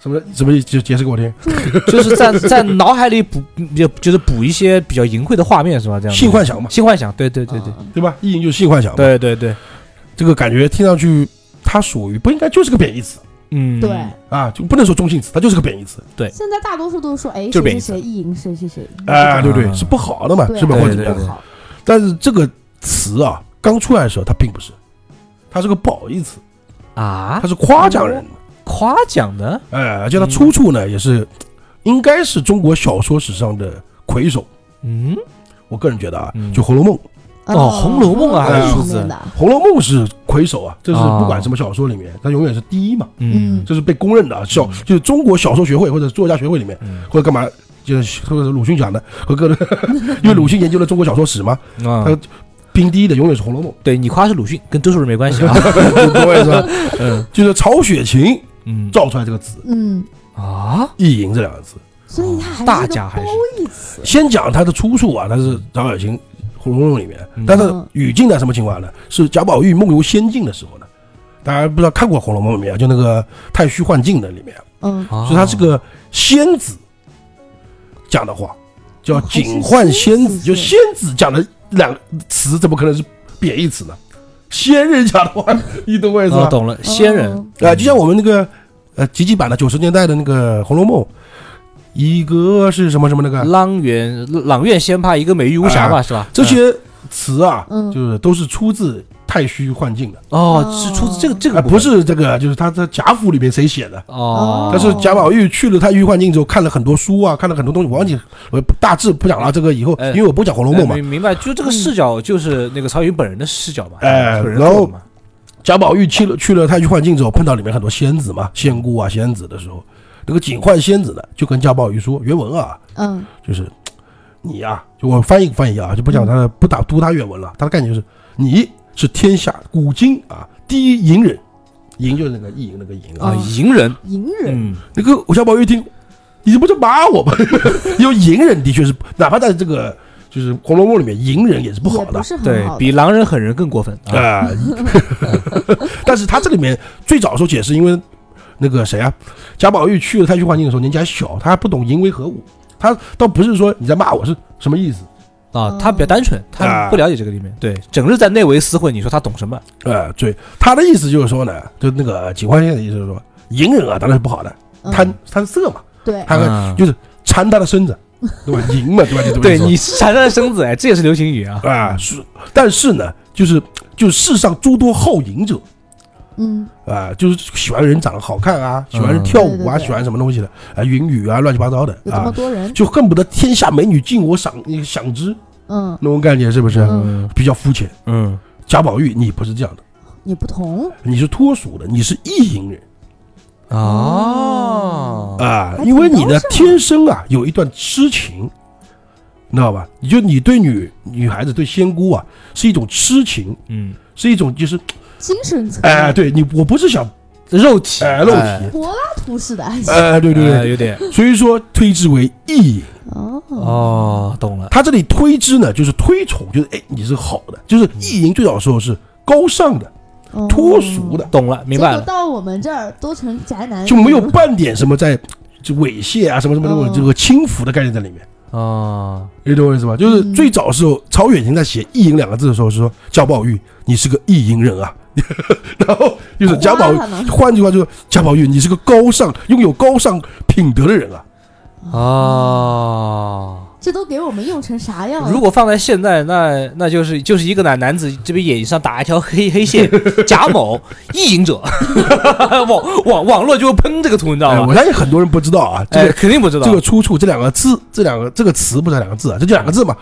怎么怎么解解释给我听？嗯 就是在在脑海里补，也就是补一些比较淫秽的画面，是吧？这样性幻想嘛，性幻想，对对对对啊，对吧？意淫就是性幻想嘛。对对对，这个感觉听上去，它属于不应该就是个贬义词嗯，对，啊，就不能说中性词，它就是个贬义词现在大多数都是说，哎，就是谁贬义谁词谁意淫，谁谁谁，啊，对不对？嗯是不好的嘛，对是吧？对或者怎么对对样不的？好，但是这个词啊，刚出来的时候它并不是，它是个不好意思，啊它，是夸奖人的。夸奖的哎，而且它出处呢也是，应该是中国小说史上的魁首。嗯，我个人觉得啊嗯，就《红楼梦》，《哦红楼梦啊红还楼有梦数里字面的红楼梦》是魁首啊，这是啊不管什么小说里面，它永远是第一嘛，嗯嗯这是被公认的啊。小就是中国小说学会或者作家学会里面嗯或者干嘛，就是或者鲁迅讲的和各种， 因为鲁迅研究了中国小说史嘛，嗯啊他，评第一的永远是《红楼梦对你夸是鲁迅，跟周树人没关系啊，》， 各位是吧？ 嗯，就是曹雪芹 嗯造出来这个词嗯，啊“意淫”这两个字。所以它还是哦大一个家还是褒义词，先讲它的出处啊，它是曹雪芹《红楼梦》里面，但是语境在什么情况呢？是贾宝玉梦游仙境的时候呢。大家不知道看过《红楼梦》没有？就那个太虚幻境的里面，嗯，啊，所以他是个仙子讲的话，叫哦还是警幻哦仙子，仙子就仙子讲的两个词，怎么可能是贬义词呢？仙人讲的话，你懂我意思我吧？懂了，仙人哦，啊，就像我们那个呃，极简版的九十年代的那个《红楼梦》，一个是什么什么那个，阆苑阆苑仙葩，一个美玉无瑕嘛，是吧？啊这些词啊，嗯就是都是出自太虚幻境的，哦，是出自这个这啊个部不分是这个，就是他在贾府里面谁写的？哦，但是贾宝玉去了太虚幻境之后，看了很多书啊，看了很多东西，我忘记我大致不讲了。这个以后，哎因为我不讲《红楼哎梦》嘛，明明白，就这个视角就是那个曹云本人的视角嘛，哎本人然后做的嘛贾宝玉去了去了太虚幻境之后，碰到里面很多仙子嘛，仙姑啊、仙子的时候，那个警幻仙子呢，就跟贾宝玉说，原文啊，嗯，就是你呀、就我翻译翻译啊，就不讲他的，不打读他原文了，他的概念就是你是天下古今啊第一淫人，淫就是那个意淫那个淫啊啊，哦，隐忍，隐忍，嗯，那个我贾宝玉一听，你这不是骂我吗？ 因为隐忍的确是，哪怕在这个就是《红楼梦》里面，隐忍也是不好也的不。是很对好的，比狼人狠人更过分啊，啊、 但是他这里面最早的时候解释，因为那个谁啊，贾宝玉去了太虚幻境的时候，年纪还小，他还不懂淫为何物。他倒不是说你在骂我是什么意思，啊，他比嗯较单纯，他啊不了解这个里面，对，整日在内围厮混，你说他懂什么？呃，对，他的意思就是说呢，就那个警幻线的意思就是说，隐忍啊当然是不好的，嗯贪贪色嘛，对， 他会啊就是缠他的 身子，对吧？淫嘛，对吧？就这么对一说你缠缠身子，哎，这也是流行语啊，啊是，但是呢，就是就是世上诸多好淫者，嗯，啊，就是喜欢人长得好看啊，喜欢人跳舞啊，嗯对对对喜欢什么东西的啊，云雨啊，乱七八糟的有这么啊，多人，就恨不得天下美女尽我赏享之嗯，那种感觉，是不是？嗯比较肤浅。嗯，贾宝玉，你不是这样的，你不同，你是脱俗的，你是意淫人嗯嗯哦，啊还，挺因为你高呢尚天生啊有一段痴情，你知道吧？你就你对女女孩子对仙姑啊是一种痴情，嗯，是一种就是精神层哎，面，对你我不是想肉体，哎肉哎，体，柏拉图式的爱情，哎对对哎对，有点，所以说推之为意淫。哦，哦，懂了，他这里推之呢，就是推崇，就是哎，你是好的，就是意淫最早的时候是高尚的、哦脱俗的，懂了，明白结果了，到我们这儿都成宅男，就没有半点什么在就猥亵啊什么什么这哦种这个轻浮的概念在里面，哦，你懂我意思吧？就是嗯最早时候，曹雪芹在写“意淫”两个字的时候是说贾宝玉，你是个意淫人啊， 然后就是贾宝玉夸他呢，换句话就是贾宝玉，你是个高尚、拥有高尚品德的人啊，嗯哦。这都给我们用成啥样如了？果放在现在，那那就是就是一个男男子这边眼睛上打一条黑黑线， 贾某意淫者， 网网网络就会喷这个图，你知哎道我吗？相信很多人不知道啊，这哎，个肯定不知道这个出处这两个字，这两个这个词不是两个字啊，这就两个字嘛。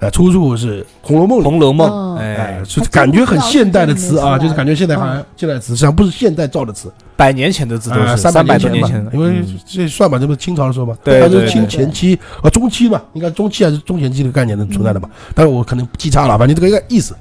呃，出处是《红楼梦》 《里，红楼梦》嗯哎哎，，是感觉很现代的词啊，还真就不知道是这个名字是感觉现代好像现代词，实际上不是现代造的词，百年前的字都是啊三哎三百多多年嘛前的，，因为嗯这算吧，这不是清朝的时候嘛，对它就对是清对前期啊中期嘛，应该中期还是中前期的概念的存在的嘛，嗯但是我可能记差了，反正这个一个意思，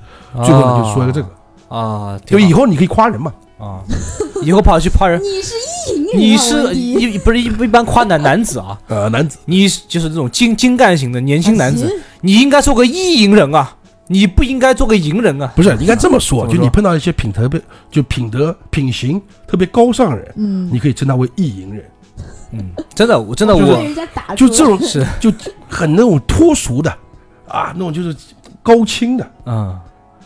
最后呢就说一个这个，啊，就以后后你可以夸人嘛，啊， 以后跑去夸人，你是意淫人啊，你是文迪一不是一一般夸男男子啊，呃，男子你是就是这种精精干型的年轻男啊子，行你应该做个意淫人啊，你不应该做个淫人啊，不是应该这么说，怎么就说你碰到一些品德特别就品德品行特别高尚的人，嗯，你可以称他为意淫人，嗯，真的，我真的就我被人家打就住这种是就很那种脱俗的啊，那种就是高清的、嗯，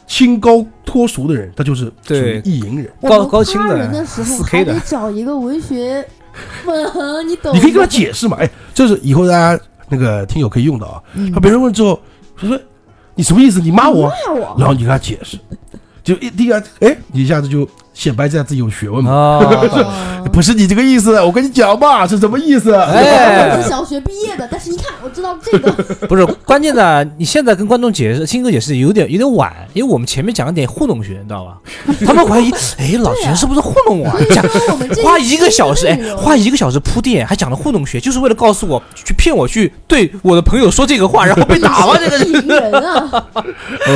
清高脱俗的人，他就是属于对意淫人。我高们高清夸的人的时候 4K 还的得找一个文学文，你懂？你可以跟他，解释嘛，哎，这是以后大家那个听友可以用的啊。嗯他别人问之后，他说你什么意思？你骂我？啊骂我，然后你跟他解释，就一第一下，哎，你一下子就显摆一下自己有学问嘛。啊，哦不是你这个意思，我跟你讲嘛，是什么意思？啊哎我是小学毕业的，但是你看，我知道 这个不是，关键的，你现在跟观众解释，听哥解释有点有点晚，因为我们前面讲了点糊弄学，你知道 吧？他们怀疑，哎，老钱是不是糊弄我啊？讲跟我们这花一个小时，哎内，容花一个小时铺垫，还讲了糊弄学，就是为了告诉我去骗我去对我的朋友说这个话，然后被打吗？这个是赢人啊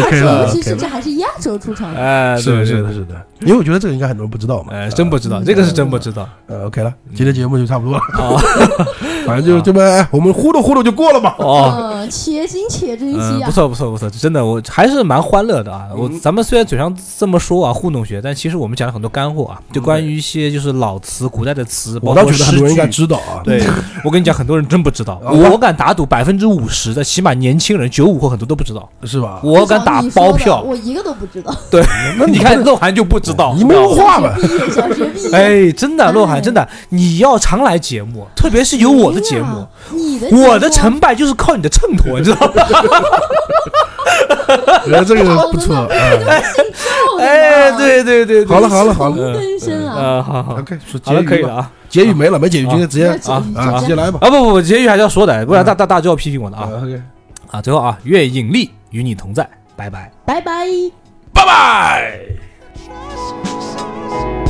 OK 了尤其是，OK 这了，还是压轴出 场，哎，是的，对是，的，是的，因为我觉得这个应该很多人不知道嘛。嗯哎，真不知道，这个是真不知道。呃，OK 了，今天节目就差不多了，哦 反正就是这啊么，哎我们糊弄糊弄就过了嘛。哦，嗯，且行且珍嗯，不惜啊，错不错不错，真的我还是蛮欢乐的啊。我咱们虽然嘴上这么说啊，糊弄学，但其实我们讲了很多干货啊，就关于一些就是老词、古代的词，包我倒括觉得很诗多人应该句。知道啊。对，我跟你讲，很多人真不知道，啊我我敢打赌百分之五十的，起码年轻人九五后很多都不知道，是吧？我敢打就像你包说的票。我一个都不知道，对，那你你看鹿晗就不知道，你没有话吧小？学毕业，小学毕业，哦哎，真的，鹿晗哎真的，你要常来节目，特别是有我的节没目啊，，你的我的节目成败就是靠你的衬托，你知道吗？觉得这个不错。哎我的妈哎，，对对对，对好了，好了，好了嗯更深啊，呃，好好，OK，说好了，结可以语了吧，啊结语没了，没结语，今天直接要剪辑啊，直接来吧。啊！不不不，结语还是要说的，不然大大大就要批评我了啊啊，OK，啊！最后啊，愿引力与你同在，拜拜。拜拜。拜拜。 Yes, yes, yes.